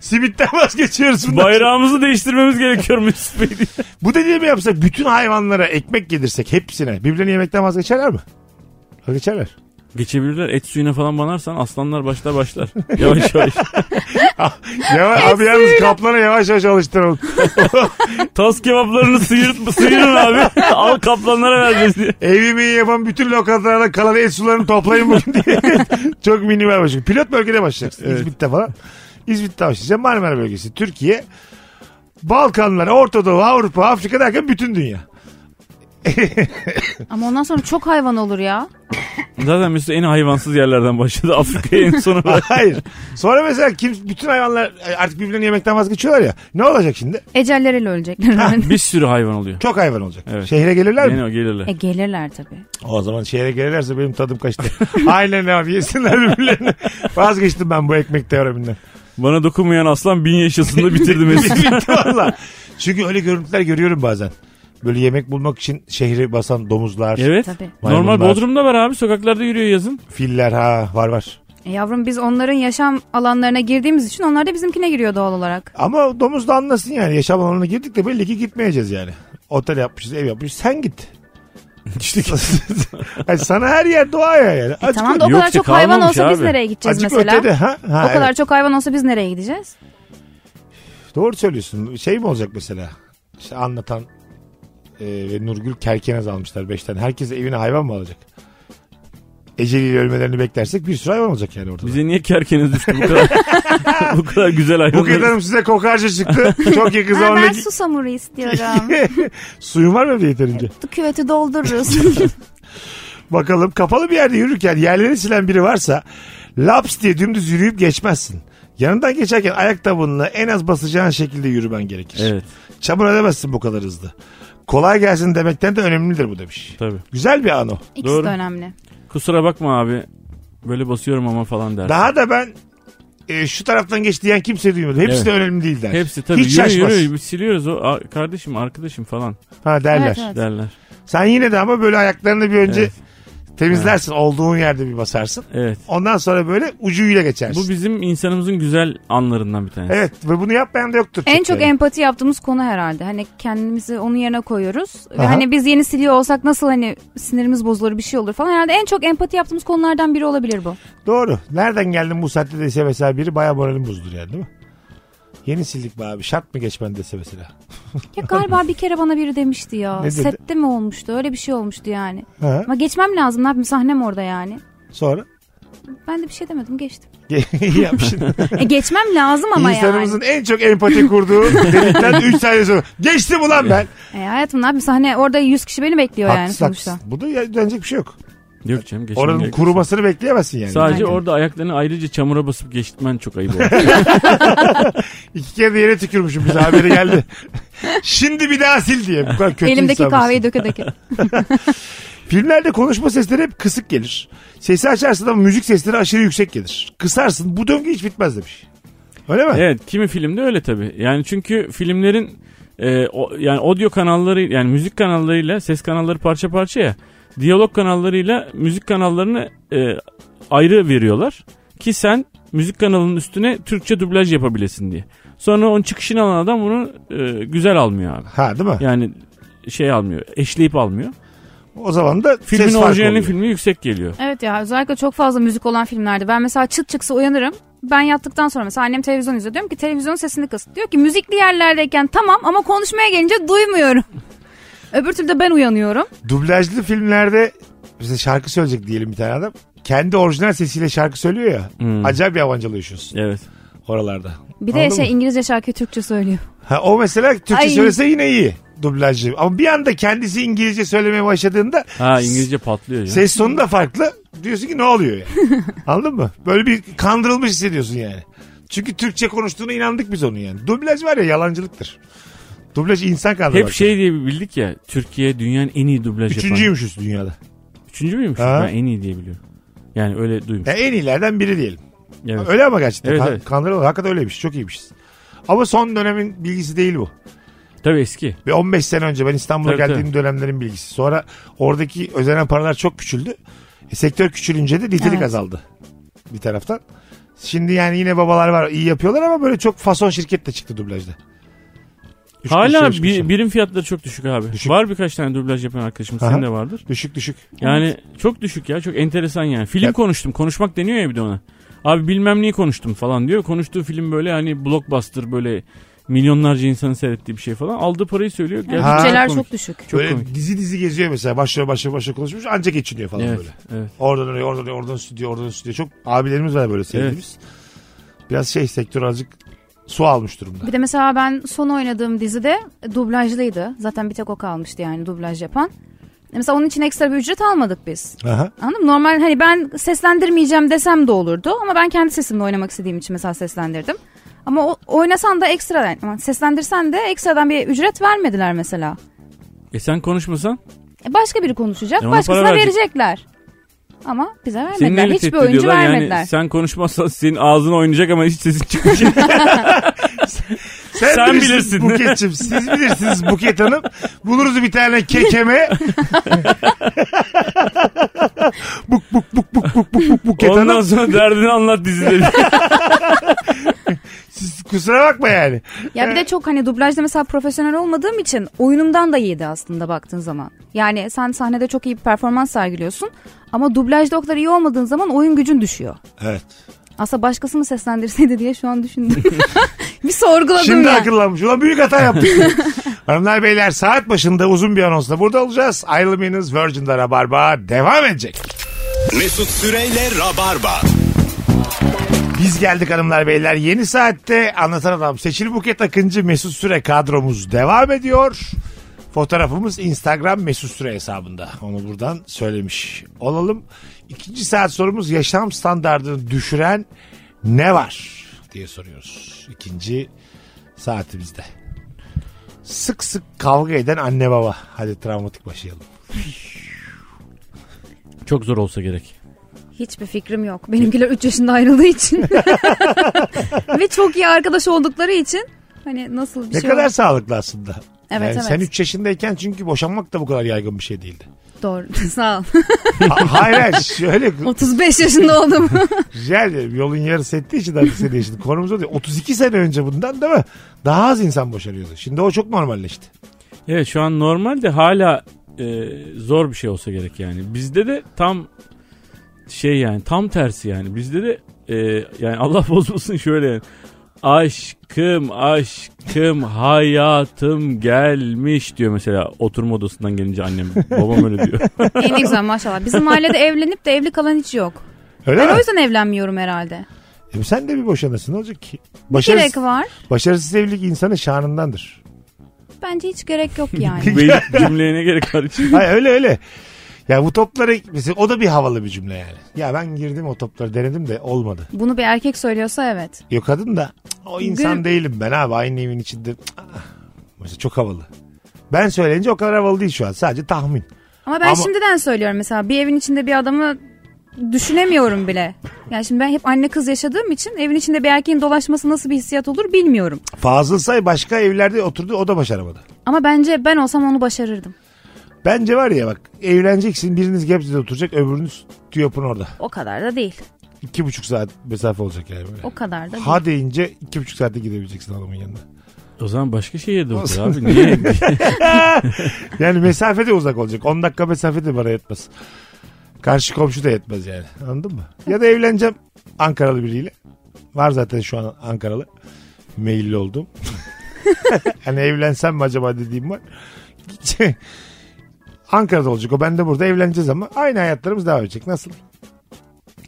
Simitten vazgeçiyoruz. bundan.
Bayrağımızı değiştirmemiz gerekiyor Mesut Bey diye.
Bu dediğimi yapsak bütün hayvanlara ekmek gelirsek hepsine birbirlerini yemekten vazgeçerler mi? Vazgeçerler.
Geçebilirler et suyuna falan banarsan aslanlar başlar başlar. Yavaş yavaş. *laughs*
Yavaş, abi yalnız kaplana yavaş yavaş alıştıralım.
Tas kebaplarını sıyırt, sıyırın abi. Al kaplanlara vereceğiz diye.
Evimi yapan bütün lokantalarda kalan et sularını toplayın bugün diye. Çok minimal başlıyor. Pilot bölgede başlayacaksın. İzmit'te falan. İzmit'te başlayacaksın. Marmara bölgesi. Türkiye. Balkanlar, Orta Doğu, Avrupa, Afrika derken bütün dünya.
Ama ondan sonra çok hayvan olur ya.
Zaten Mesut en hayvansız yerlerden başladı. Afrika'ya en
*laughs*
sona bırak.
Hayır. Sonra mesela kim, bütün hayvanlar artık birbirlerini yemekten vazgeçiyorlar ya. Ne olacak şimdi?
Ecelleriyle ölecekler. *laughs* herhalde.
Bir sürü hayvan oluyor.
Çok hayvan olacak.
Evet.
Şehre gelirler mi?
Yani o gelirler.
e gelirler tabii.
O zaman şehre gelirlerse benim tadım kaçtı. *laughs* Aynen abi yesinler birbirlerini. Vazgeçtim ben bu ekmek teoreminden.
Bana dokunmayan aslan bin yaşasında bitirdi
Bitti
Mesut.
bitti valla. Çünkü öyle görüntüler görüyorum bazen. Böyle yemek bulmak için şehri basan domuzlar,
evet.
Tabii.
Normal
Maymunlar.
Bodrum'da var abi. Sokaklarda yürüyor yazın.
filler ha var var.
E yavrum biz onların yaşam alanlarına girdiğimiz için onlar da bizimkine giriyor doğal olarak.
Ama o domuz da anlasın yani. Yaşam alanına girdik de belli ki gitmeyeceğiz yani. Otel yapmışız, ev yapmışız. Sen git. Ay sana her yer doğa ya yani. Azıcık,
E, tamam da o
Yok
kadar
işte,
çok hayvan
kalmamış
olsa biz
abi.
nereye gideceğiz
azıcık
mesela?
ötede. Ha? Ha,
o kadar
evet.
çok hayvan olsa biz nereye gideceğiz?
Doğru söylüyorsun. Şey mi olacak mesela? İşte anlatan e, ve Nurgül Kerkenez almışlar beşten. Herkes evine hayvan mı alacak? Eceliyle ölmelerini beklersek bir sürü hayvan olacak yani ortada.
Bize niye kerkeniz düştü bu kadar? bu kadar güzel hayvan.
Bu kadarım size kokarca
*laughs*
çıktı. Çok yakın
Ha,
zamanda
ben su
*laughs*
samuru istiyorum.
suyun var mı bir yeterince?
Bu
*laughs*
Küveti doldururuz.
Bakalım kapalı bir yerde yürürken yerleri silen biri varsa laps diye dümdüz yürüyüp geçmezsin. Yanından geçerken ayak tabanını en az basacağın şekilde yürümen gerekir.
Evet
Çamur edemezsin bu kadar hızlı. Kolay gelsin demekten de önemlidir bu demiş.
tabii.
Güzel bir an o.
İkisi
Doğru.
de önemli.
Kusura bakma abi. Böyle basıyorum ama falan der.
Daha da ben e, şu taraftan geç diyen kimse duymadı. Hepsi de önemli değil der.
Hepsi tabii
Hiç
yürü
şaşmaz.
yürü biz siliyoruz o a- kardeşim arkadaşım falan
Ha derler.
Evet, evet.
derler.
Sen yine de ama böyle ayaklarını bir önce
Evet.
temizlersin. Olduğun yerde bir basarsın.
Evet.
Ondan sonra böyle ucuyla geçersin.
Bu bizim insanımızın güzel anlarından bir tanesi.
Evet ve bunu yapmayan da yoktur.
En çok
yani.
empati yaptığımız konu herhalde. Hani kendimizi onun yerine koyuyoruz. Ve
Aha.
hani biz yeni siliyor olsak nasıl hani sinirimiz bozulur bir şey olur falan. Herhalde en çok empati yaptığımız konulardan biri olabilir bu.
Doğru. Nereden geldin bu saatte dese mesela biri baya moralim bozdur yani değil mi? Yeni sildik be abi şart mı geçmen dese mesela.
Ya galiba bir kere bana biri demişti
Ne
ya.
dedi?
Sette mi olmuştu? Öyle bir şey olmuştu yani.
Ha,
Ama geçmem lazım. Ne yapayım? Sahnem orada yani.
sonra *laughs*
Ben de bir şey demedim. Geçtim.
İyi yapmışsın.
E, geçmem lazım *laughs* ama yani.
İnsanımızın en çok empati
*laughs*
kurduğu dedikten 3 saniye sonra. Geçtim ulan ben.
E, hayatım ne yapayım? Sahne orada 100 kişi beni bekliyor yani
Haklısın,
sonuçta.
haklısın. Bu da ya- dönecek bir şey yok.
Yok canım geçmem
Oranın
gerek.
kurumasını bekleyemezsin yani.
Sadece
Aynen.
orada ayaklarını ayrıca çamura basıp geçitmen çok ayıp oldu.
*laughs* İki kere de yere tükürmüşüm bize haberi *laughs* geldi. Şimdi bir daha sil diye. Bu kadar kötü *laughs*
Elimdeki
insan mısın?
kahveyi döke döke.
Filmlerde konuşma sesleri hep kısık gelir. Sesi açarsın ama müzik sesleri aşırı yüksek gelir. Kısarsın bu döngü hiç bitmez demiş. Öyle mi?
Evet kimi filmde öyle tabi. Yani çünkü filmlerin e, o, yani audio kanalları yani müzik kanallarıyla ses kanalları parça parça ya. Diyalog kanallarıyla müzik kanallarını e, ayrı veriyorlar ki sen müzik kanalının üstüne Türkçe dublaj yapabilesin diye. Sonra onun çıkışını alan adam bunu e, güzel almıyor abi.
Ha değil mi?
Yani şey almıyor, eşleyip almıyor.
O zaman da
Filmin
ses farkı
orijinalinin
oluyor.
filmi yüksek geliyor.
Evet ya özellikle çok fazla müzik olan filmlerde. Ben mesela çıt çıksa uyanırım. Ben yattıktan sonra mesela annem televizyon izliyor. Diyorum ki televizyonun sesini kıs. Diyor ki müzikli yerlerdeyken tamam ama konuşmaya gelince duymuyorum. *laughs* Öbür türlü de ben uyanıyorum.
Dublajlı filmlerde bize şarkı söyleyecek diyelim bir tane adam. Kendi orijinal sesiyle şarkı söylüyor ya.
Hmm.
Acayip bir yabancılaşıyorsun
Evet.
oralarda.
Bir de
Anladın
şey
mı?
İngilizce şarkıyı Türkçe söylüyor.
Ha, o mesela Türkçe
Ay.
söylese yine iyi dublajcı. Ama bir anda kendisi İngilizce söylemeye başladığında
Ha İngilizce patlıyor ya.
ses tonu da farklı. Diyorsun ki ne oluyor yani? Anladın mı? Böyle bir kandırılmış hissediyorsun yani. Çünkü Türkçe konuştuğuna inandık biz onun yani. Dublaj var ya yalancılıktır. Dublaj insan kandırmak.
Hep şey diye bildik ya. Türkiye dünyanın en iyi dublaj yapan.
Üçüncüymüşüz dünyada.
Üçüncü müymüş?
Ha.
Ben en iyi diye biliyorum. Yani öyle duymuş.
Ya en iyilerden biri diyelim.
Evet.
E, Öyle ama gerçekten.
Evet,
kan-
evet.
Kandırılır. Hakikaten öyleymiş. Çok iyiymişiz. Ama son dönemin bilgisi değil bu.
Tabii eski.
Ve 15 sene önce ben İstanbul'a
Tabii,
geldiğim dönemlerin bilgisi. Sonra oradaki özenen paralar çok küçüldü. E, sektör küçülünce de nitelik
Evet.
azaldı bir taraftan. Şimdi yani yine babalar var iyi yapıyorlar ama böyle çok fason şirket de çıktı dublajda. Üç
Hala
kuruşa, üç kuruşa.
bir, birim fiyatları çok düşük abi.
şey. Düşük.
Var birkaç tane dublaj yapan arkadaşım.
Aha.
Senin de vardır.
Düşük düşük.
Yani çok düşük ya. Çok enteresan yani. Film
Ya-
konuştum. Konuşmak deniyor ya bir de ona. Abi bilmem neyi konuştum falan diyor. Konuştuğu film böyle hani blockbuster böyle milyonlarca insanın seyrettiği bir şey falan. Aldığı parayı söylüyor. Gerçekten
Bütçeler
komik.
çok düşük.
Çok
böyle
komik.
dizi dizi geziyor mesela. Başlıyor başlıyor başlıyor konuşmuş ancak geçiniyor falan
Evet,
böyle.
evet.
Oradan oraya oradan oraya oradan stüdyo oradan stüdyo. Çok abilerimiz var böyle sevdiğimiz. Biraz şey sektör azıcık su almış durumda.
Bir de mesela ben son oynadığım dizide dublajlıydı. Zaten bir tek o kalmıştı yani dublaj yapan. Mesela onun için ekstra bir ücret almadık biz.
Aha.
Anladın mı? Normal hani ben seslendirmeyeceğim desem de olurdu. Ama ben kendi sesimle oynamak istediğim için mesela seslendirdim. Ama o, oynasan da ekstradan, ama seslendirsen de ekstradan bir ücret vermediler mesela.
E sen konuşmasan
E başka biri konuşacak,
E ona
başkasına
para verecek.
verecekler. Ama bize
senin
vermediler.
eli
Hiçbir
tehdit
oyuncu
ediyorlar.
vermediler.
Yani sen konuşmazsan senin ağzın oynayacak ama hiç sesin çıkmayacak.
*laughs* Sen,
Sen
bilirsin,
bilirsin.
Buket'cim. Siz bilirsiniz Buket Hanım. Buluruz bir tane kekeme. buk buk buk buk buk buk buk Buket
Ondan
Hanım.
sonra derdini anlat dizide.
*laughs* Siz kusura bakma yani.
Ya bir de çok hani dublajda mesela profesyonel olmadığım için oyunumdan da iyiydi aslında baktığın zaman. Yani sen sahnede çok iyi bir performans sergiliyorsun ama dublajda o kadar iyi olmadığın zaman oyun gücün düşüyor.
Evet.
Aslında başkasını seslendirseydi diye şu an düşündüm. *laughs* bir sorguladım
Şimdi
ya.
akıllanmış. Ulan büyük hata yaptık. Hanımlar beyler saat başında uzun bir anonsla burada olacağız. Ayrılmayınız Virgin'de Rabarba devam edecek.
Mesut Süreyle Rabarba.
Biz geldik hanımlar beyler. Yeni saatte anlatan adam Seçil Buket Akıncı Mesut Süre kadromuz devam ediyor. Fotoğrafımız Instagram Mesut Süre hesabında. Onu buradan söylemiş olalım. İkinci saat sorumuz yaşam standartını düşüren ne var diye soruyoruz. İkinci saatimizde. Sık sık kavga eden anne baba. Hadi travmatik başlayalım.
Çok zor olsa gerek.
Hiçbir fikrim yok. Benimkiler 3 yaşında ayrıldığı için. *laughs* Ve çok iyi arkadaş oldukları için hani nasıl bir
Ne
şey
kadar
olur?
sağlıklı aslında.
Evet,
Yani
evet.
Sen 3 yaşındayken çünkü boşanmak da bu kadar yaygın bir şey değildi.
Doğru. *laughs* Sağ ol.
Ha- Hayır
*laughs*
hayır şöyle
35 yaşında oldum.
Rica ederim. Yolun yarısı ettiği için artık senin yaşın. Konumuz o değil. 32 sene önce bundan değil mi? Daha az insan boşanıyordu. Şimdi o çok normalleşti.
Evet şu an normal de hala e, zor bir şey olsa gerek yani. Bizde de tam şey yani tam tersi yani. Bizde de e, yani Allah *laughs* bozmasın şöyle yani. Aşkım aşkım hayatım gelmiş diyor mesela oturma odasından gelince annem babam öyle diyor.
en ne güzel maşallah. Bizim ailede evlenip de evli kalan hiç yok.
Öyle
Ben o
mi?
yüzden evlenmiyorum herhalde.
E sen de bir boşanırsın. Ne olacak ki?
Gerek
şey
Başarısız,
var.
başarısız evlilik insanın şanındandır.
Bence hiç
*laughs*
gerek yok yani.
Bu benim cümleye ne gerek var hiç?
Hayır öyle öyle. Ya bu toplara mesela o da bir havalı bir cümle yani. Ya ben girdim o toplara denedim de olmadı.
Bunu bir erkek söylüyorsa evet.
Yok kadın da "Cık, o insan
Gül-
değilim ben abi aynı evin içinde. Cık, ah." Mesela çok havalı. Ben söyleyince o kadar havalı değil şu an. Sadece tahmin.
Ama ben
Ama-
şimdiden söylüyorum mesela bir evin içinde bir adamı düşünemiyorum bile. Yani şimdi ben hep anne kız yaşadığım için evin içinde bir erkeğin dolaşması nasıl bir hissiyat olur bilmiyorum.
Fazıl Say başka evlerde oturdu o da başaramadı.
Ama bence ben olsam onu başarırdım.
Bence var ya bak evleneceksin biriniz Gebze'de oturacak öbürünüz TÜYAP'ın orada.
O kadar da değil.
İki buçuk saat mesafe olacak yani böyle.
O kadar da değil.
Ha deyince iki buçuk saatte gidebileceksin adamın yanına.
O zaman başka şehirde otur
zaman-
abi. Niye?
Yani mesafe de uzak olacak. 10 dakika mesafe de bana yetmez. Karşı komşu da yetmez yani. Anladın mı? Ya da evleneceğim Ankaralı biriyle. Var zaten şu an Ankaralı. Meyilli oldum. *laughs* hani evlensem mi acaba dediğim var. *laughs* Ankara'da olacak o. Ben de burada evleneceğiz ama aynı hayatlarımız devam edecek. Nasıl?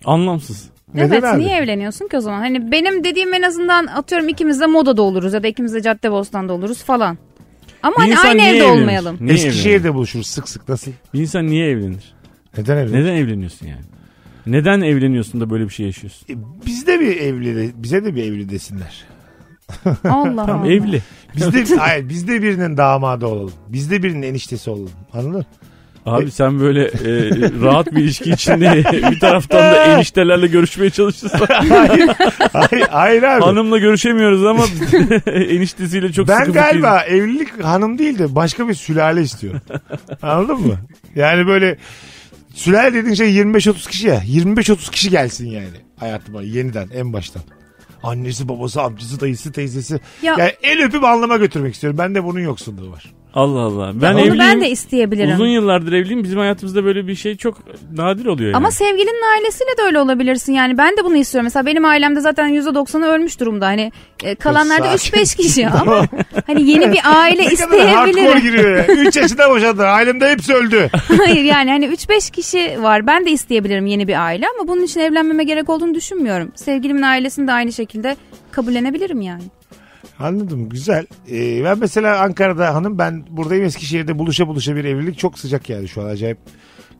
Anlamsız.
Neden
evet
abi?
niye evleniyorsun ki o zaman? Hani benim dediğim en azından atıyorum ikimiz de modada oluruz ya da ikimiz de Caddebostan'da oluruz falan. Ama
Bir
hani
insan
aynı
niye
evde
evlenir? *laughs*
olmayalım.
Niye evlenir?
Eskişehir'de buluşuruz sık sık. Nasıl?
Bir insan niye evlenir?
Neden evlenir?
Neden evleniyorsun yani? Neden evleniyorsun da böyle bir şey yaşıyorsun?
E, Biz de bir evli, de- bize de bir evli desinler.
Allah
Tamam
Allah.
evli. *laughs*
Biz de, hayır, biz de birinin damadı olalım. Biz de birinin eniştesi olalım. Anladın mı?
Abi sen böyle e, rahat bir ilişki içinde *laughs* bir taraftan da eniştelerle görüşmeye çalışırsan
hayır, hayır, hayır abi.
hanımla görüşemiyoruz ama *laughs* eniştesiyle çok
ben
sıkı
galiba evlilik hanım değil de başka bir sülale istiyorum. Anladın mı? Yani böyle sülale dediğin şey 25-30 kişi ya. 25-30 kişi gelsin yani hayatıma yeniden en baştan. Annesi, babası, amcası, dayısı, teyzesi.
Ya-
Yani el öpüp anlama götürmek istiyorum. Ben de bunun yoksunluğu var.
Allah Allah. Ben
Onu
evliyim.
ben de isteyebilirim.
Uzun yıllardır evliyim. Bizim hayatımızda böyle bir şey çok nadir oluyor yani.
Ama sevgilinin ailesiyle de öyle olabilirsin yani. Ben de bunu istiyorum. Mesela benim ailemde zaten %90'ı ölmüş durumda. Hani e, kalanlar da
Sakin. *laughs*
3-5 kişi ama hani yeni bir aile
Ne kadar hardcore
isteyebilirim.
giriyor ya. 3 yaşında boşandı. Ailemde hepsi öldü.
*laughs* Hayır yani hani 3-5 kişi var. Ben de isteyebilirim yeni bir aile ama bunun için evlenmeme gerek olduğunu düşünmüyorum. Sevgilimin ailesini de aynı şekilde kabullenebilirim yani.
Anladım güzel. Ee, ben mesela Ankara'da hanım ben buradayım Eskişehir'de buluşa buluşa bir evlilik çok sıcak yani şu an acayip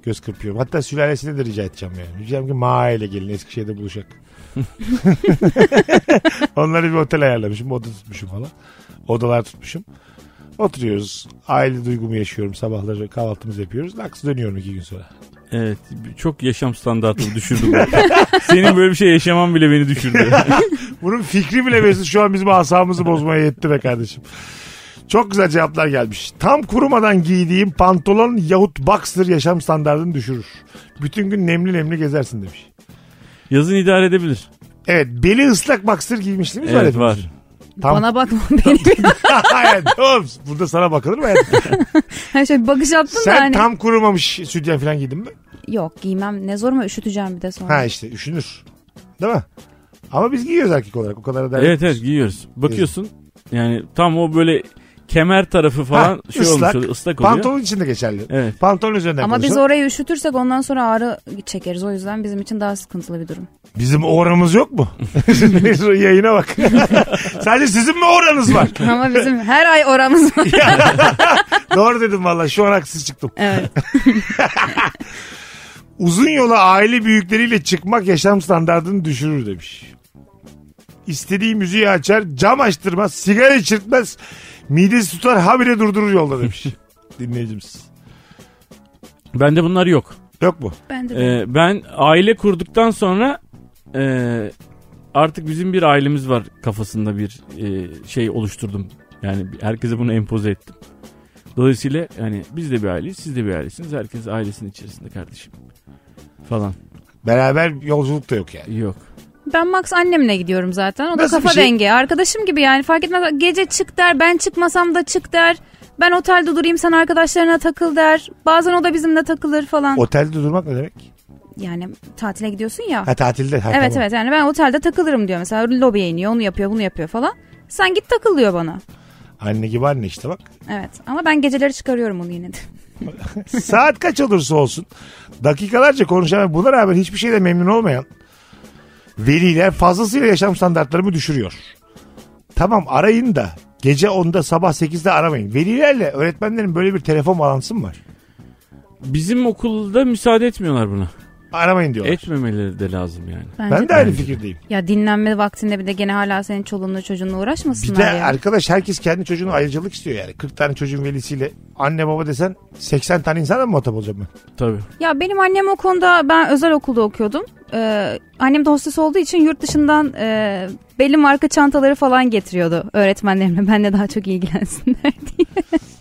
göz kırpıyorum. Hatta sülalesine de rica edeceğim yani. Diyeceğim ki Maa ile gelin Eskişehir'de buluşak. *laughs* Onları bir otel ayarlamışım oda tutmuşum falan. Odalar tutmuşum. Oturuyoruz. Aile duygumu yaşıyorum. Sabahları kahvaltımızı yapıyoruz. Laks dönüyorum iki gün sonra.
Evet çok yaşam standartımı düşürdü bu. *laughs* Senin böyle bir şey yaşaman bile beni düşürdü. *laughs*
Bunun fikri bile Mesut şu an bizim asamızı bozmaya yetti be kardeşim. Çok güzel cevaplar gelmiş. Tam kurumadan giydiğim pantolon yahut boxer yaşam standartını düşürür. Bütün gün nemli nemli gezersin demiş.
Yazın idare edebilir.
Evet beli ıslak boxer giymiştiniz
Evet var.
Tam-
Bana *laughs* bakma benim.
*laughs*
Hayır, oğlum, burada sana bakılır mı? hayatım?
Hani şöyle bir bakış attın da
Sen
hani.
tam kurumamış sütyen falan giydin mi?
Yok giymem ne zor mu üşüteceğim bir de sonra.
Ha işte üşünür. Değil mi? Ama biz giyiyoruz erkek olarak. O kadar da
Evet evet giyiyoruz. Bakıyorsun yani tam o böyle kemer tarafı falan
Ha,
şey
ıslak.
olmuş oluyor, ıslak oluyor.
Pantolon içinde geçerli.
Evet.
Pantolon üzerinden
Ama biz
konuşalım.
orayı üşütürsek ondan sonra ağrı çekeriz. O yüzden bizim için daha sıkıntılı bir durum.
Bizim oranımız yok mu? *laughs* Şu Yayına
*laughs*
bak. Sadece sizin mi oranız var?
Ama bizim her ay oramız var.
Doğru dedim valla şu an haksız çıktım.
evet.
*laughs* Uzun yola aile büyükleriyle çıkmak yaşam standartını düşürür demiş. İstediği müziği açar, cam açtırmaz, sigara içirtmez, midesi tutar habire durdurur yolda
*laughs*
demiş. Dinleyicimiz.
Bende bunlar yok.
Yok mu?
Ben de
Ee, ben aile kurduktan sonra e, artık bizim bir ailemiz var kafasında bir e, şey oluşturdum. Yani herkese bunu empoze ettim. Dolayısıyla yani biz de bir aileyiz, siz de bir ailesiniz. Herkes ailesinin içerisinde kardeşim falan.
Beraber yolculuk da yok yani.
Yok.
Ben Max annemle gidiyorum zaten. O da
Nasıl bir
kafa
şey?
dengi. Arkadaşım gibi yani fark etmez. Gece çık der, ben çıkmasam da çık der. Ben otelde durayım sen arkadaşlarına takıl der. Bazen o da bizimle takılır falan.
Otelde durmak ne demek?
yani tatile gidiyorsun ya.
Ha tatilde. Ha,
evet
tamam.
evet yani ben otelde takılırım diyor. Mesela lobiye iniyor onu yapıyor bunu yapıyor falan. Sen git takıl diyor bana.
Anne gibi anne işte bak.
Evet ama ben geceleri çıkarıyorum onu yine de. *laughs*
Saat kaç olursa olsun dakikalarca konuşan ve buna rağmen hiçbir şeyle memnun olmayan veliler fazlasıyla yaşam standartlarımı düşürüyor. Tamam arayın da gece 10'da sabah 8'de aramayın. Velilerle öğretmenlerin böyle bir telefon bağlantısı mı var?
Bizim okulda müsaade etmiyorlar buna.
Aramayın diyorlar.
E, Etmemeleri de lazım yani.
Bence
ben de aynı fikirdeyim.
Ya dinlenme vaktinde bir de gene hala senin çoluğunla çocuğunla
Bir
uğraşmasınlar
de
ya.
arkadaş herkes kendi çocuğuna ayrıcalık istiyor yani. 40 tane çocuğun velisiyle anne baba desen 80 tane insanla mı muhatap olacağım ben?
Tabii.
Ya benim annem o konuda ben özel okulda okuyordum. Ee, annem de hostes olduğu için yurt dışından e, belli marka çantaları falan getiriyordu öğretmenlerimle. *laughs* Benle daha çok ilgilensinler.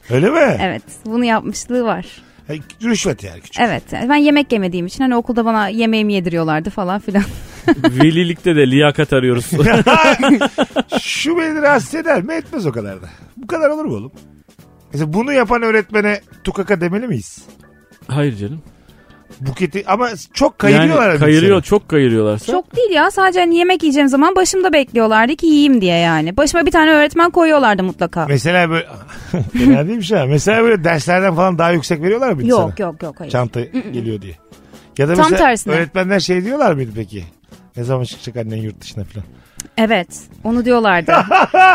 Öyle mi?
*laughs* evet bunu yapmışlığı var.
E, Rüşvet yani küçük.
Evet yani ben yemek yemediğim için hani okulda bana yemeğimi yediriyorlardı falan filan.
Velilikte de
*laughs*
liyakat arıyoruz.
Şu beni rahatsız eder mi? Etmez o kadar da. Bu kadar olur mu oğlum? Mesela bunu yapan öğretmene tukaka demeli miyiz?
Hayır canım.
Buketi ama çok kayırıyorlar.
yani,
abi
kayırıyor,
seni.
çok kayırıyorlar.
Çok değil ya sadece hani yemek yiyeceğim zaman başımda bekliyorlardı ki yiyeyim diye yani. Başıma bir tane öğretmen koyuyorlardı mutlaka.
Mesela böyle *laughs* fena değilmiş ha. Mesela böyle derslerden falan daha yüksek veriyorlar mıydı sana?
Yok yok yok hayır.
Çanta geliyor diye. Ya da
Tam
mesela
tersine.
öğretmenler şey diyorlar mıydı peki? Ne zaman çıkacak annen yurt dışına falan?
Evet onu diyorlardı.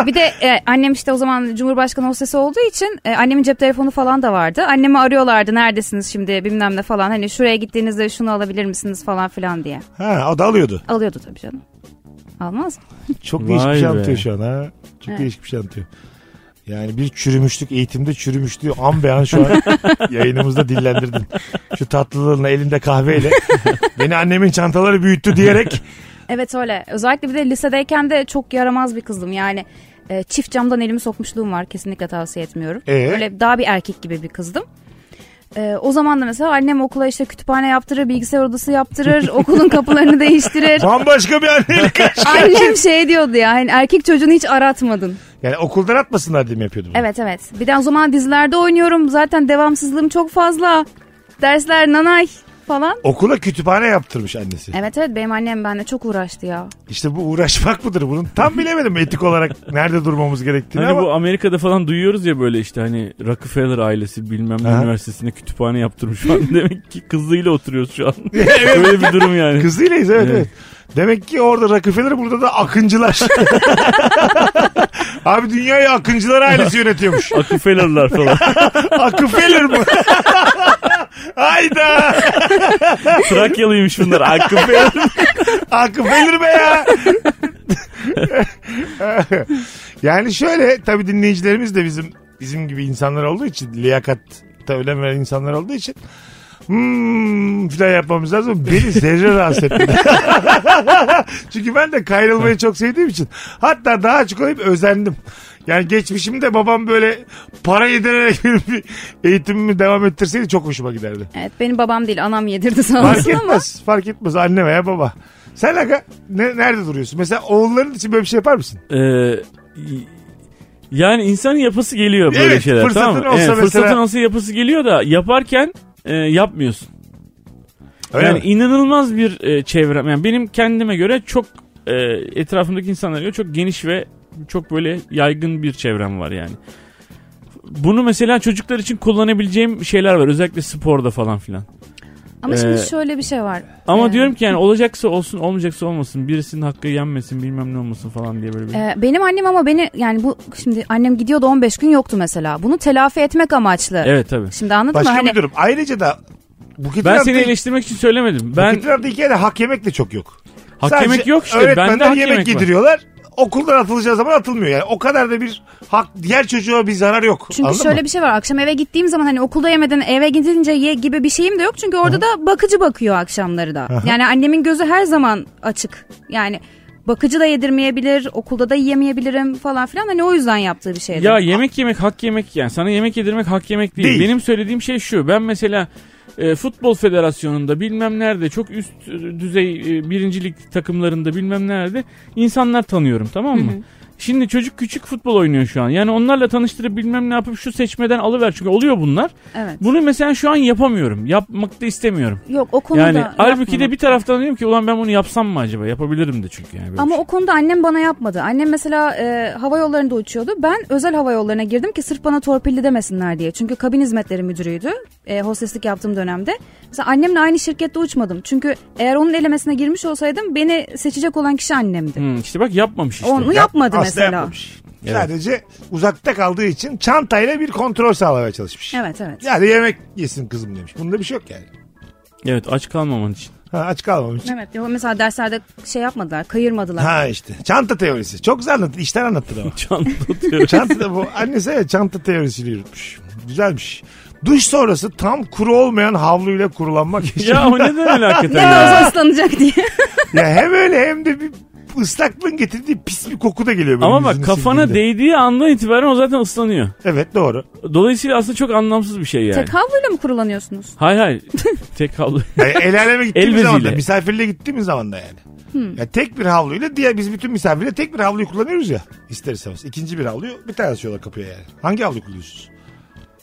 bir de e, annem işte o zaman Cumhurbaşkanı hostesi olduğu için e, annemin cep telefonu falan da vardı. Annemi arıyorlardı neredesiniz şimdi bilmem ne falan hani şuraya gittiğinizde şunu alabilir misiniz falan filan diye.
Ha o da alıyordu.
Alıyordu tabii canım. Almaz mı?
Çok
Vay
değişik bir şey
be.
anlatıyor şu an ha. Çok
Evet.
değişik bir şey anlatıyor. Yani bir çürümüşlük eğitimde çürümüşlüğü an be an şu
*laughs*
an yayınımızda dillendirdin. Şu tatlılığınla elinde kahveyle *laughs* beni annemin çantaları büyüttü diyerek
Evet öyle. Özellikle bir de lisedeyken de çok yaramaz bir kızdım yani. e, çift camdan elimi sokmuşluğum var kesinlikle tavsiye etmiyorum.
Ee?
Öyle daha bir erkek gibi bir kızdım. E, o zaman da mesela annem okula işte kütüphane yaptırır, bilgisayar odası yaptırır, *laughs* okulun kapılarını değiştirir.
bambaşka bir
*laughs*
annelik kaç.
Annem şey diyordu ya hani erkek çocuğunu hiç aratmadın.
Yani okuldan atmasınlar diye mi yapıyordum?
Evet evet. Bir de o zaman dizilerde oynuyorum. Zaten devamsızlığım çok fazla. Dersler nanay falan.
Okula kütüphane yaptırmış annesi.
Evet evet benim annem benimle çok uğraştı ya.
İşte bu uğraşmak mıdır bunun? Tam bilemedim etik olarak nerede durmamız gerektiğini
Hani
ama.
bu Amerika'da falan duyuyoruz ya böyle işte hani Rockefeller ailesi bilmem ne
Aha.
üniversitesinde kütüphane yaptırmış falan. *laughs* Demek ki kızıyla
*laughs*
oturuyoruz şu an. Böyle bir durum yani.
Kızıylayız evet,
Evet.
evet. Demek ki orada Rockefeller burada da akıncılar. *laughs* Abi dünyayı akıncılar ailesi yönetiyormuş.
Rockefeller'lar
*laughs*
falan.
Akıfeler mı? *laughs* Hayda.
Trakyalıymış bunlar. Rockefeller.
*laughs* Akıfeler be ya. yani şöyle tabii dinleyicilerimiz de bizim bizim gibi insanlar olduğu için liyakat önem veren insanlar olduğu için hmm filan yapmamız lazım. Beni zerre rahatsız etmedi. *laughs* Çünkü ben de kayrılmayı çok sevdiğim için. Hatta daha açık olayım özendim. Yani geçmişimde babam böyle para yedirerek *laughs* bir eğitimimi devam ettirseydi çok hoşuma giderdi.
Evet benim babam değil anam yedirdi sağ
Fark
olsun ama.
etmez. Fark etmez anne veya baba. Sen aga ne, nerede duruyorsun? Mesela oğulların için böyle bir şey yapar mısın?
Ee, y- yani insanın yapası geliyor böyle
Evet,
şeyler.
fırsatın
tamam mı?
olsa
Evet, Fırsatın
mesela-
olsa yapası geliyor da yaparken e, yapmıyorsun.
Öyle
yani
mi?
inanılmaz bir e, çevrem. Yani benim kendime göre çok e, etrafımdaki insanlara göre çok geniş ve çok böyle yaygın bir çevrem var yani. Bunu mesela çocuklar için kullanabileceğim şeyler var. Özellikle sporda falan filan.
Ama şimdi
Ee,
şöyle bir şey var.
Ama
Evet.
diyorum ki yani olacaksa olsun olmayacaksa olmasın. Birisinin hakkı yenmesin bilmem ne olmasın falan diye böyle bir.
Ee, benim annem ama beni yani bu şimdi annem gidiyordu 15 gün yoktu mesela. Bunu telafi etmek amaçlı.
Evet tabii.
Şimdi anladın
Başka
mı? Hani
bir durum. Ayrıca da Buket
Ben
İnan'da-
seni eleştirmek için söylemedim.
Buket
Ben
İnan'da hikayede hak yemek de çok yok.
hak
Sadece
yemek yok işte.
öğretmenler
Bende hak
yemek,
yemek var.
yediriyorlar. Okuldan atılacağı zaman atılmıyor. Yani o kadar da bir hak diğer çocuğa bir zarar yok.
Çünkü
Anladın
şöyle
mı?
bir şey var. Akşam eve gittiğim zaman hani okulda yemeden eve gidince ye gibi bir şeyim de yok. Çünkü orada da bakıcı bakıyor akşamları da. Yani annemin gözü her zaman açık. Yani bakıcı da yedirmeyebilir, okulda da yiyemeyebilirim falan filan. Hani o yüzden yaptığı bir şeydi.
Ya yemek yemek hak yemek yani sana yemek yedirmek hak yemek değil.
Değil.
Benim söylediğim şey şu ben mesela e, futbol federasyonunda bilmem nerede çok üst e, düzey e, birincilik takımlarında bilmem nerede insanlar tanıyorum tamam mı? Şimdi çocuk küçük futbol oynuyor şu an. Yani onlarla tanıştırıp bilmem ne yapıp şu seçmeden alıver çünkü oluyor bunlar.
Evet.
Bunu mesela şu an yapamıyorum. Yapmak da istemiyorum.
Yok o konuda
Yani halbuki de
yapmadım.
bir taraftan diyorum ki ulan ben bunu yapsam mı acaba? Yapabilirim de çünkü yani. böyle bir
Ama
şey.
o konuda annem bana yapmadı. Annem mesela e, hava yollarında uçuyordu. Ben özel hava yollarına girdim ki sırf bana torpilli demesinler diye. Çünkü kabin hizmetleri müdürüydü. E, hosteslik yaptığım dönemde. Mesela annemle aynı şirkette uçmadım. Çünkü eğer onun elemesine girmiş olsaydım beni seçecek olan kişi annemdi.
Hmm, işte bak yapmamış işte.
Onu
Yap-
şey yapmadı
Aslı
mesela.
yapmamış. Sadece uzakta kaldığı için çantayla bir kontrol sağlamaya çalışmış.
Evet evet.
Yani yemek yesin kızım demiş. Bunda bir şey yok yani.
Evet aç kalmaman için. *laughs*
Ha, aç kalmamış.
Evet. ya Mesela derslerde şey yapmadılar, kayırmadılar.
Ha işte. Çanta teorisi. Çok güzel anlattı. İşten anlattı ama.
*laughs* Çanta tutuyor.
çanta da bu. Annesi evet, çanta teorisiyle yürütmüş. Güzelmiş. Duş sonrası tam kuru olmayan havluyla
*laughs*
kurulanmak için.
ya o neden
*laughs*
öyle hakikaten
Ne
ya?
ağzı ıslanacak diye.
Ya hem öyle hem de bir ıslaklığın getirdiği pis bir koku da geliyor. böyle
Ama bak
yüzünü
kafana
sildiğinde.
değdiği andan itibaren o zaten ıslanıyor.
Evet doğru.
Dolayısıyla aslında çok anlamsız bir şey yani.
Tek havluyla mı kurulanıyorsunuz?
Hay hay. *laughs* Tek havlu. *laughs*
Yani el aleme gittiğimiz
El Hmm.
zaman da
beziyle.
misafirliğe gittiğimiz zaman da yani. Ya tek bir havluyla diğer biz bütün misafirle tek bir havluyu kullanıyoruz ya. İster istemez. İkinci bir havluyu bir tane atıyorlar kapıya yani. Hangi havluyu kullanıyorsunuz?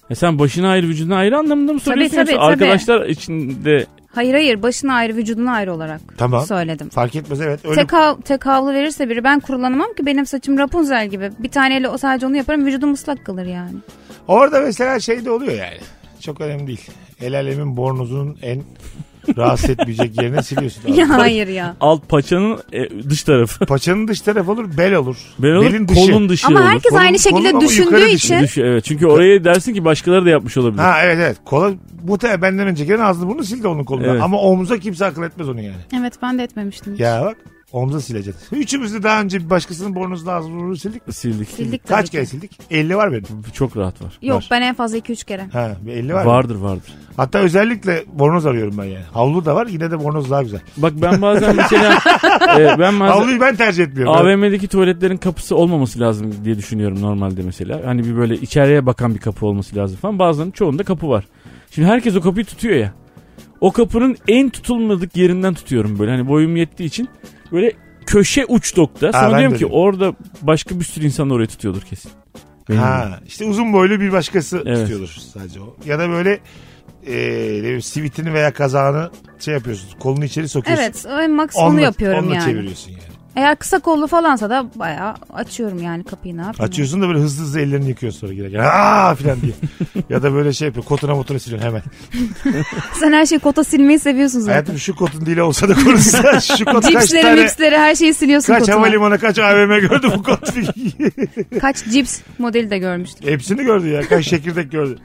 E sen başına ayrı vücuduna ayrı anlamında mı söylüyorsun?
tabii,
yoksa
tabii.
Arkadaşlar içinde
Hayır hayır başına ayrı vücuduna ayrı olarak
Tamam.
söyledim.
Fark etmez evet. Öyle
Tek, hav- tek havlu verirse biri ben kurulanamam ki benim saçım Rapunzel gibi. Bir taneyle o sadece onu yaparım vücudum ıslak kalır yani.
Orada mesela şey de oluyor yani. Çok önemli değil. El alemin bornozunun en rahatsız etmeyecek yerine siliyorsun.
*laughs* ya hayır ya.
alt paçanın e, dış tarafı. *laughs*
Paçanın dış tarafı olur, bel olur.
Ben olur,
Belin dışı.
kolun dışı
Ama
olur.
herkes
Kolun-
aynı
kolun
şekilde
ama
düşündüğü
yukarı düşüyor.
için.
Dışı, evet. Çünkü oraya dersin ki başkaları da yapmış olabilir.
Ha evet evet. Kola, muhtemelen ben demin çeken ağzını burnunu sil de onun kolundan.
Evet.
Ama omuza kimse akıl etmez onu yani.
Evet ben de etmemiştim. hiç.
Ya bak omuza sileceğiz. Üçümüz de daha önce bir başkasının burnunuzla ağzını burnunu sildik. mi?
Sildik.
Sildik tabii
Kaç
ki.
kere sildik? 50 var benim.
Çok rahat var.
Yok
Var.
ben en fazla 2-3 kere.
Ha, bir 50 var.
Vardır vardır.
Hatta özellikle bornoz arıyorum ben yani. Havlu da var yine de bornoz daha güzel.
Bak ben bazen
*laughs*
mesela e, ben bazen
Havluyu ben tercih etmiyorum.
AVM'deki tuvaletlerin kapısı olmaması lazım diye düşünüyorum normalde mesela. Hani bir böyle içeriye bakan bir kapı olması lazım falan. Bazılarının çoğunda kapı var. Şimdi herkes o kapıyı tutuyor ya. O kapının en tutulmadık yerinden tutuyorum böyle. Hani boyum yettiği için böyle köşe uç nokta.
ben
Sana
de
diyorum ki
öyle.
orada başka bir sürü insan da orayı tutuyordur kesin. Benim gibi.
Ha, işte uzun boylu bir başkası
Evet.
tutuyordur sadece o. Ya da böyle e, ne bileyim, sivitini veya kazağını şey yapıyorsun. Kolunu içeri sokuyorsun.
Evet en max onu
Onunla-
yapıyorum
onunla
yani.
çeviriyorsun yani.
Eğer kısa kollu falansa da bayağı açıyorum yani kapıyı ne yapayım.
Açıyorsun da böyle hızlı hızlı ellerini yıkıyorsun sonra girerken. Aa filan
*laughs*
diye. ya da böyle şey yapıyor. Kotuna motora siliyorsun hemen.
Sen her şeyi kota silmeyi seviyorsun zaten.
Hayatım şu kotun dili olsa da konuşsa.
*laughs*
Şu kot kaç
Cipsleri
tane...
mipsleri her şeyi siliyorsun
Kaç
kotuna.
havalimanı kaç AVM gördü bu kot.
Kaç cips modeli de görmüştüm.
Hepsini gördü ya. Kaç çekirdek gördü.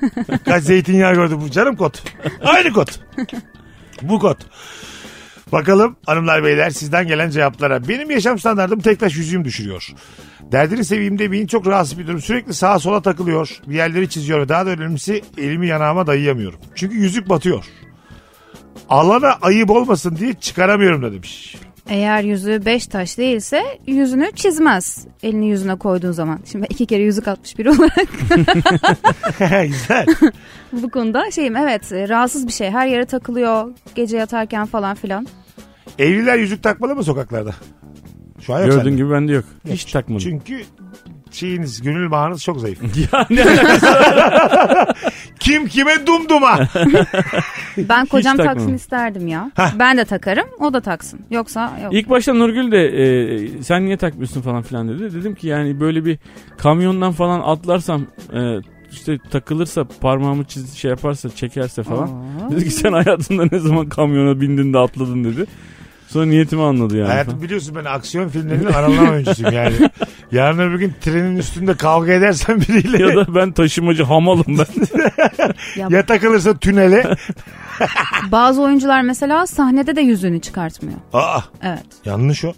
Kaç zeytinyağı gördü bu canım kot. Aynı kot. Bu kot. Bakalım hanımlar beyler sizden gelen cevaplara. Benim yaşam standartım tek taş yüzüğüm düşürüyor. Derdini seveyimde beyin çok rahatsız bir durum. Sürekli sağa sola takılıyor. Bir yerleri çiziyor ve daha da önemlisi elimi yanağıma dayayamıyorum. Çünkü yüzük batıyor. Alana ayıp olmasın diye çıkaramıyorum da demiş. *laughs*
Eğer yüzüğü beş taş değilse yüzünü çizmez. Elini yüzüne koyduğun zaman. Şimdi ben iki kere yüzük atmış biri *laughs* olarak
Güzel.
bu konuda şeyim evet e, rahatsız bir şey. Her yere takılıyor gece yatarken falan filan.
Evliler yüzük takmalı mı sokaklarda? Şu an yok sende.
Gördüğün gibi bende yok. Hiç takmadım.
Çünkü şeyiniz gönül bağınız çok zayıf. *laughs*
Ya *laughs* ne alaka?
Kim kime dumduma.
Ben kocam
takmam.
taksın isterdim ya. Ben de takarım o da taksın. Yoksa yok.
İlk başta Nurgül de e, sen niye takmıyorsun falan filan dedi. Dedim ki yani böyle bir kamyondan falan atlarsam e, işte takılırsa parmağımı çiz, şey yaparsa çekerse falan.
Aa.
Dedi ki sen hayatında ne zaman kamyona bindin de atladın dedi. Sonra niyetimi anladı yani.
Hayatım
falan.
biliyorsun ben aksiyon filmlerinin aranan oyuncusuyum yani. Yarın öbür gün trenin üstünde kavga edersen *laughs* biriyle
*laughs* Ya
ya,
da ben taşımacı hamalım
*laughs*
ben.
Ya
takılırsa tünele.
Bazı oyuncular mesela sahnede de yüzüğünü çıkartmıyor.
Aa
Evet
yanlış o.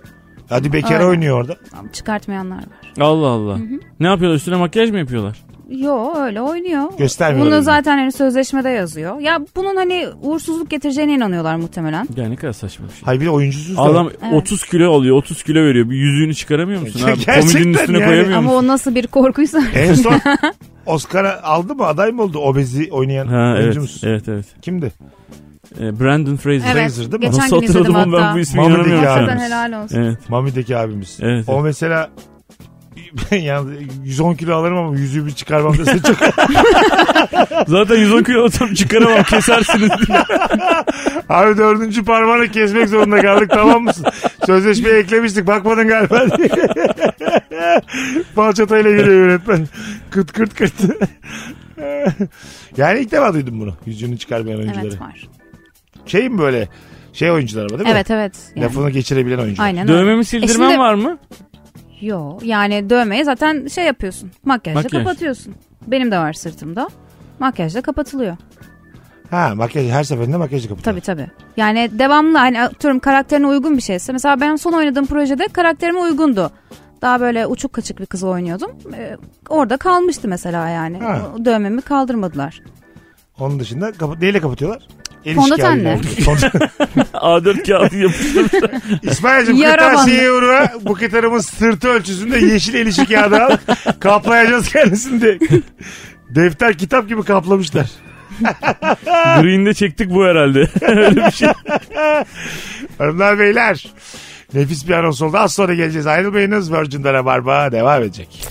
Hadi bekar
Aynen.
oynuyor orada.
çıkartmayanlar var.
Allah Allah. Ne yapıyorlar üstüne makyaj mı yapıyorlar?
Yo öyle oynuyor.
Göstermiyorlar.
Bunu
öyle.
zaten hani sözleşmede yazıyor. Ya bunun hani uğursuzluk getireceğine inanıyorlar muhtemelen.
Ya ne kadar saçma bir şey.
Hayır bir de oyuncusuz. da.
Adam
Evet.
30 kilo alıyor 30 kilo veriyor. Bir yüzüğünü çıkaramıyor
*laughs*
musun abi?
Gerçekten
Komidinin üstüne
yani.
koyamıyor
Ama
musun?
o nasıl bir korkuysa.
En
*laughs*
son Oscar'a aldı mı aday mı oldu obezi oynayan
Ha, evet,
oyuncumuz?
evet evet.
Kimdi?
E, Brandon Fraser.
Evet.
Fraser değil mi?
Geçen
Nasıl
gün izledim
hatırladım onu
hatta.
ben bu ismi
Mamadou
inanamıyorum.
Diallo.
Hakikaten
Yani.
helal olsun.
Evet.
Mami'deki abimiz.
Evet,
O
evet.
mesela *laughs* yani 110 kilo alırım ama yüzüğümü çıkarmam dese çok
Zaten 110 kilo olsam
*laughs*
çıkaramam kesersiniz diye.
Abi dördüncü parmağını kesmek zorunda kaldık tamam mısın? Sözleşmeye eklemiştik bakmadın galiba diye. Falçatayla geliyor yönetmen. Kırt kırt kırt. yani ilk defa duydum bunu. Yüzünü çıkarmayan oyuncuları.
Evet var.
şey mi böyle şey oyuncular mı değil mi?
Evet evet. Yani.
Lafını geçirebilen oyuncular.
Aynen
*laughs*
öyle.
Dövmemi sildirmem
E şimdi-
var mı?
Yo yani dövmeye zaten şey yapıyorsun. Makyajla
Makyaj.
kapatıyorsun. Benim de var sırtımda. Makyajla kapatılıyor.
Ha makyaj her seferinde makyajı kapatıyor.
Tabii tabii. Yani devamlı hani atıyorum karakterine uygun bir şeyse. Mesela ben son oynadığım projede karakterime uygundu. Daha böyle uçuk kaçık bir kızı oynuyordum. Ee, orada kalmıştı mesela yani.
Ha.
O Dövmemi kaldırmadılar.
Onun dışında kapa- neyle kapatıyorlar? El
Fondötenle.
işgali.
*laughs*
Fondöten-
A4 kağıdı yapıştırmış.
İsmail'cim
Yara
kırtasiyeye uğra. Bu gitarımın sırtı ölçüsünde yeşil el işi kağıdı al. Kaplayacağız kendisini de. Defter kitap gibi kaplamışlar.
Green'de çektik bu herhalde. *laughs* şey.
Hanımlar beyler. Nefis bir anons oldu. Az sonra geleceğiz. Ayrılmayınız. Virgin'de Rabarba devam edecek.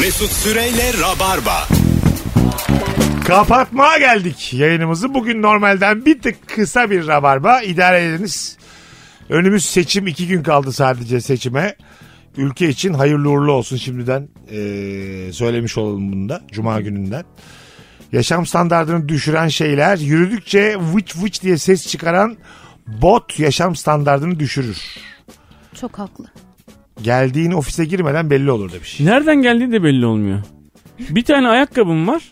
Mesut Süreyle Rabarba.
Kapatmaya geldik yayınımızı. Bugün normalden bir tık kısa bir Rabarba. İdare ediniz. Önümüz seçim. iki gün kaldı sadece seçime. Ülke için hayırlı uğurlu olsun şimdiden. Ee, söylemiş olalım bunu da. Cuma gününden. Yaşam standartını düşüren şeyler yürüdükçe vıç vıç diye ses çıkaran bot yaşam standartını düşürür.
Çok haklı.
Geldiğin ofise girmeden belli olur demiş.
Nereden geldiği de belli olmuyor. Bir tane ayakkabım var.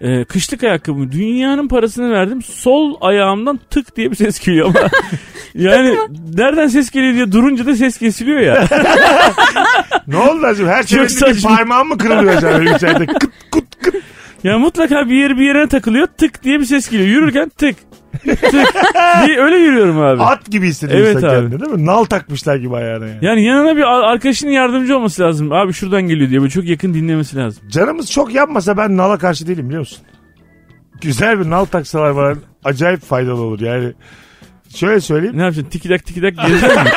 Ee, kışlık ayakkabım. Dünyanın parasını verdim. Sol ayağımdan tık diye bir ses geliyor
*laughs*
ama. yani nereden ses geliyor diye durunca da ses kesiliyor ya.
Ne oldu acaba? Her seferinde bir
saçma.
parmağım mı kırılıyor acaba benim içeride? Kıt kıt kıt.
ya mutlaka bir yeri bir yerine takılıyor. Tık diye bir ses geliyor. Yürürken tık. Tık diye öyle yürüyorum abi.
At gibi hissediyorsun
Evet
sen
abi.
kendini değil mi? Nal takmışlar gibi ayağına yani.
Yani yanına bir ar- arkadaşının yardımcı olması lazım. Abi şuradan geliyor diye böyle çok yakın dinlemesi lazım.
Canımız çok yapmasa ben nala karşı değilim biliyor musun? Güzel bir nal taksalar bana acayip faydalı olur yani. Şöyle söyleyeyim.
*laughs* Ne yapacaksın? Tikidak
*laughs*
tikidak geleceksin mi?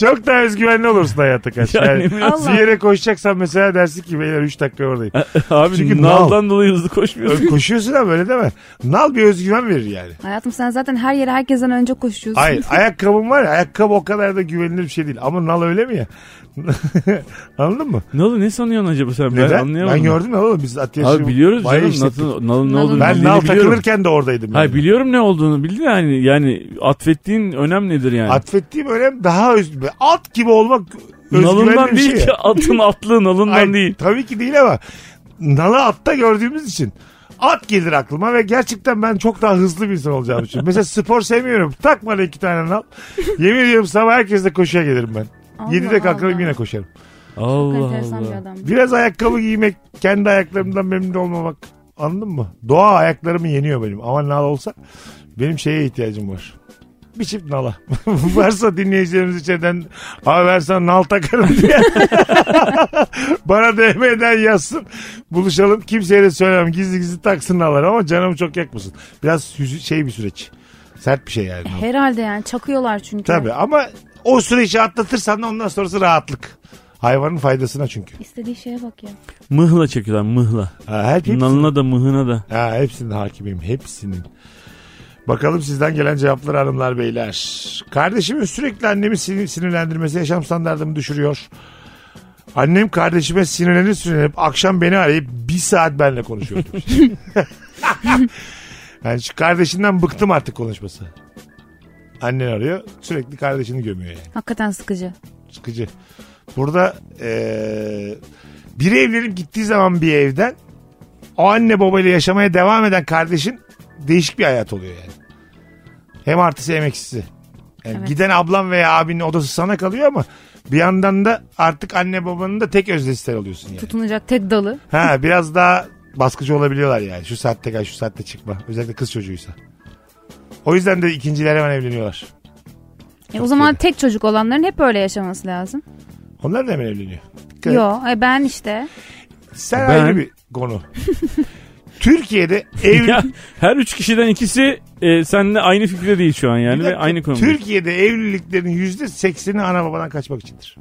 Çok daha özgüvenli olursun hayata karşı.
Yani
Yani,
Allah.
bir yere koşacaksan mesela dersin ki beyler 3 dakika oradayım.
Abi
Çünkü
naldan dolayı hızlı koşmuyorsun.
Koşuyorsun ama öyle deme. Nal bir özgüven verir yani.
Hayatım sen zaten her yere herkesten önce koşuyorsun.
Hayır ayakkabım var ya ayakkabı o kadar da güvenilir bir şey değil. Ama nal öyle mi ya? *laughs* Anladın mı?
Ne oldu ne sanıyorsun acaba sen? Ben
Neden? Ben,
anlayamadım.
gördüm ya oğlum biz ateşi.
Abi biliyoruz
bayağı
canım
işlettik.
Nal'ın Nal'ın ne
Nal'ın
olduğunu.
Ben
bildiğini
nal
biliyorum.
takılırken de oradaydım.
Hayır
yani.
biliyorum ne olduğunu bildin de hani yani atfettiğin önem nedir yani?
Atfettiğim önem daha öz... at gibi olmak özgüvenli
Nalından
bir şey.
değil ki
ya.
atın atlı nalından
Ay,
değil.
Tabii ki değil ama nalı atta gördüğümüz için at gelir aklıma ve gerçekten ben çok daha hızlı bir insan olacağımı
*laughs*
düşünüyorum. Mesela spor sevmiyorum. Takma da iki tane nal. Yemin ediyorum sabah herkesle koşuya gelirim ben.
Allah
7'de kalkarım
Allah.
yine koşarım.
Allah
Çok enteresan bir
Allah.
adam.
Biraz ayakkabı giymek, kendi ayaklarımdan memnun olmamak. Anladın mı? Doğa ayaklarımı yeniyor benim. Ama nal olsa benim şeye ihtiyacım var. Bir çift nala. *laughs* Varsa dinleyicilerimiz içeriden abi versen nal takarım diye. *laughs* Bana DM'den yazsın. Buluşalım. Kimseye de söylemem. Gizli gizli taksın nalları ama canımı çok yakmasın. Biraz hüzü- şey bir süreç. Sert bir şey yani. nal.
Herhalde yani çakıyorlar çünkü.
Tabii ama o süreci atlatırsan da ondan sonrası rahatlık. Hayvanın faydasına çünkü.
İstediği şeye bak ya.
Mıhla çekiyorlar mıhla.
Ha, şey hep
Nalına da mıhına da.
Ha, hepsinin hakimim. Hepsinin. Bakalım sizden gelen cevaplar hanımlar beyler. Kardeşimin sürekli annemi sin- sinirlendirmesi yaşam standartımı düşürüyor. Annem kardeşime sinirlenip sinirlenip akşam beni arayıp bir saat benimle konuşuyor. demiş. yani şu kardeşinden bıktım artık konuşması. Annen arıyor sürekli kardeşini gömüyor yani.
Hakikaten sıkıcı.
Sıkıcı. Burada eee biri evlenip gittiği zaman bir evden o anne babayla yaşamaya devam eden kardeşin değişik bir hayat oluyor yani. Hem artısı hem eksisi. Yani
Evet.
Giden ablan veya abinin odası sana kalıyor ama bir yandan da artık anne babanın da tek özdesi oluyorsun yani.
Tutunacak tek dalı.
Ha biraz daha baskıcı olabiliyorlar yani. Şu saatte gel şu saatte çıkma. Özellikle kız çocuğuysa. O yüzden de ikinciler hemen evleniyorlar.
E, o zaman tek çocuk olanların hep öyle yaşaması lazım.
Onlar da hemen evleniyor. Dikkat et.
Yo e, ben işte.
Sen
Ben-
ayrı bir konu. *laughs* Türkiye'de evli...
*laughs* Ya, her üç kişiden ikisi e, seninle aynı fikirde değil şu an yani
Bir
ve
dakika,
aynı konu.
Türkiye'de evliliklerin yüzde sekseni ana babadan kaçmak içindir.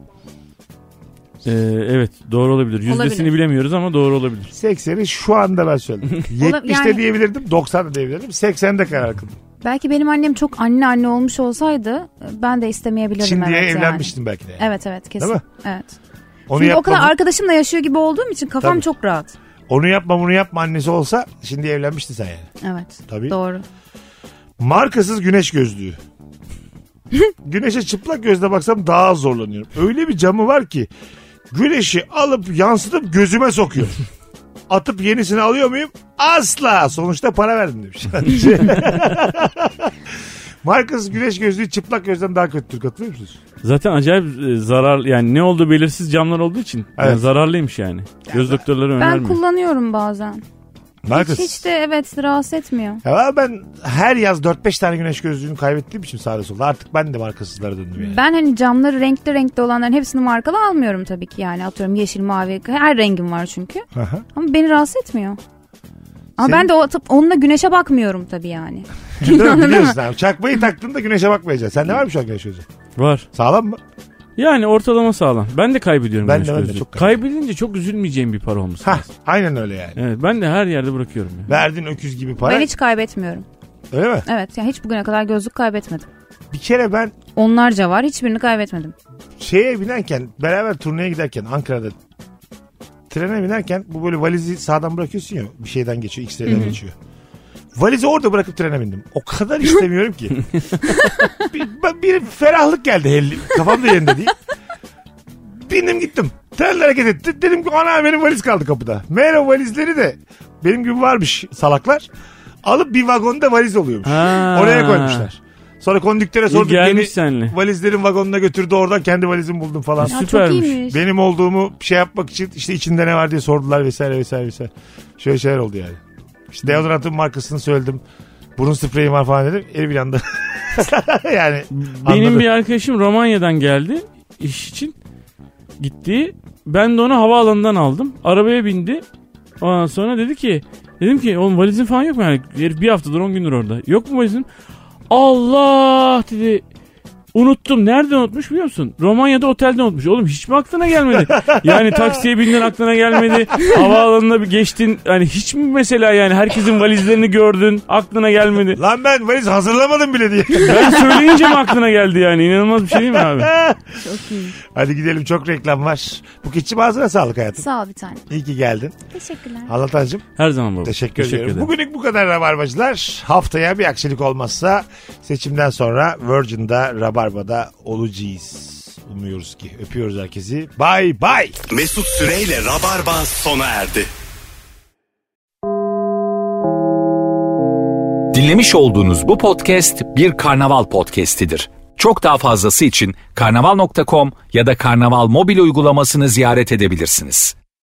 Ee, evet doğru olabilir. Yüzdesini
Olabilir.
bilemiyoruz ama doğru olabilir.
Sekseni şu anda ben
*laughs*
söyledim. 70'te
yani-
diyebilirdim, 90'da diyebilirdim, 80'de karar kıldım.
Belki benim annem çok anne anne olmuş olsaydı e, ben de istemeyebilirdim.
Şimdiye
evet yani.
evlenmiştim belki de. yani.
Evet evet kesin.
Değil mi?
Evet.
Onu
Çünkü o
yapma,
kadar
bu-
arkadaşımla yaşıyor gibi olduğum için kafam
Tabii.
çok rahat.
onu yapma, bunu yapma annesi olsa şimdi evlenmişti sen yani.
Evet.
Tabii.
Doğru.
Markasız güneş
*laughs*
gözlüğü. Güneşe çıplak gözle baksam daha az
*laughs*
zorlanıyorum. Öyle bir camı var ki güneşi alıp yansıtıp gözüme sokuyor. Atıp yenisini alıyor muyum? Asla. Sonuçta para verdim
*laughs*
demiş. *laughs* Markasız güneş gözlüğü çıplak gözden daha kötüdür katılıyor musunuz?
Zaten acayip e, zarar yani ne olduğu belirsiz camlar olduğu için yani
Evet.
zararlıymış yani. Göz doktorları
Ben
önermiyor.
kullanıyorum bazen.
Markasız.
Hiç de evet rahatsız etmiyor.
Ya ben her yaz 4-5 tane güneş gözlüğünü kaybettiğim için sağda solda artık ben de markasızlara döndüm
*laughs*
yani.
Ben hani camları renkli renkli olanların hepsini markalı almıyorum tabii ki yani atıyorum yeşil mavi her rengim var çünkü.
Aha.
Ama beni rahatsız etmiyor. Ama
Senin-
ben de o, tıp- onunla güneşe bakmıyorum tabii yani.
Değil mi? Biliyorsun abi. Çakmayı taktığında güneşe bakmayacaksın. Sende var mı şu an güneş gözlüğü?
Var.
Sağlam mı?
Yani ortalama sağlam. Ben de kaybediyorum
Ben
güneş
de, ben de
gözlüğü.
çok kaybediyorum.
Kaybedince çok üzülmeyeceğim bir para olması.
Hah
lazım.
aynen öyle yani.
Evet ben de her yerde bırakıyorum. ya.
Verdin öküz gibi para.
Ben hiç kaybetmiyorum.
Öyle mi?
Evet yani hiç bugüne kadar gözlük kaybetmedim.
Bir kere ben
Onlarca var hiçbirini kaybetmedim.
şeye binerken beraber turneye giderken Ankara'da trene binerken bu böyle valizi sağdan bırakıyorsun ya bir şeyden geçiyor X-ray'den geçiyor. Valizi orada bırakıp trene bindim. O kadar istemiyorum
*laughs*
ki. bir, ba- bir ferahlık geldi elli- Kafam da yerinde değil. Bindim gittim. Trenler hareket etti. Dedim ki ana benim valiz kaldı kapıda. Meğer o valizleri de benim gibi varmış salaklar. Alıp bir vagonda valiz oluyormuş.
Ha.
Oraya koymuşlar. Sonra kondüktöre sorduk.
gelmiş
beni
seninle.
Valizlerin vagonuna götürdü oradan kendi valizimi buldum falan.
Ya
Süpermiş.
çok iyiymiş.
Benim olduğumu şey yapmak için işte içinde ne var diye sordular vesaire vesaire vesaire. Şöyle şeyler oldu yani. İşte deodorantın markasını söyledim. Burun spreyim var falan dedim. Elim yandı. *laughs* yani
Benim
anladım.
bir arkadaşım Romanya'dan geldi iş için. Gitti. Ben de onu havaalanından aldım. Arabaya bindi. Ondan sonra dedi ki dedim ki oğlum valizin falan yok mu? Yani herif bir haftadır 10 gündür orada. Yok mu valizin? Allah dedi. Unuttum. Nerede unutmuş biliyor musun? Romanya'da otelde unutmuş. Oğlum hiç mi aklına gelmedi? Yani taksiye bindin aklına gelmedi. Havaalanına bir geçtin. Hani hiç mi mesela yani herkesin valizlerini gördün. Aklına gelmedi.
Lan ben valiz hazırlamadım bile diye. *laughs*
Ben söyleyince mi aklına geldi yani? İnanılmaz bir şey değil mi abi?
Hadi gidelim çok reklam var. Bu keçi ağzına sağlık hayatım.
Sağ ol bir tane.
İyi ki geldin.
Teşekkürler.
Anlatancım
Her zaman baba.
Teşekkür, ediyorum.
ederim.
Bugünlük bu kadar Rabarbacılar. Haftaya bir aksilik olmazsa seçimden sonra Virgin'da Rabarba'da olacağız. Umuyoruz ki. Öpüyoruz herkesi. Bay bay.
Mesut Süreyle Rabarba sona erdi.
Dinlemiş olduğunuz bu podcast bir karnaval podcastidir. Çok daha fazlası için karnaval.com ya da karnaval mobil uygulamasını ziyaret edebilirsiniz.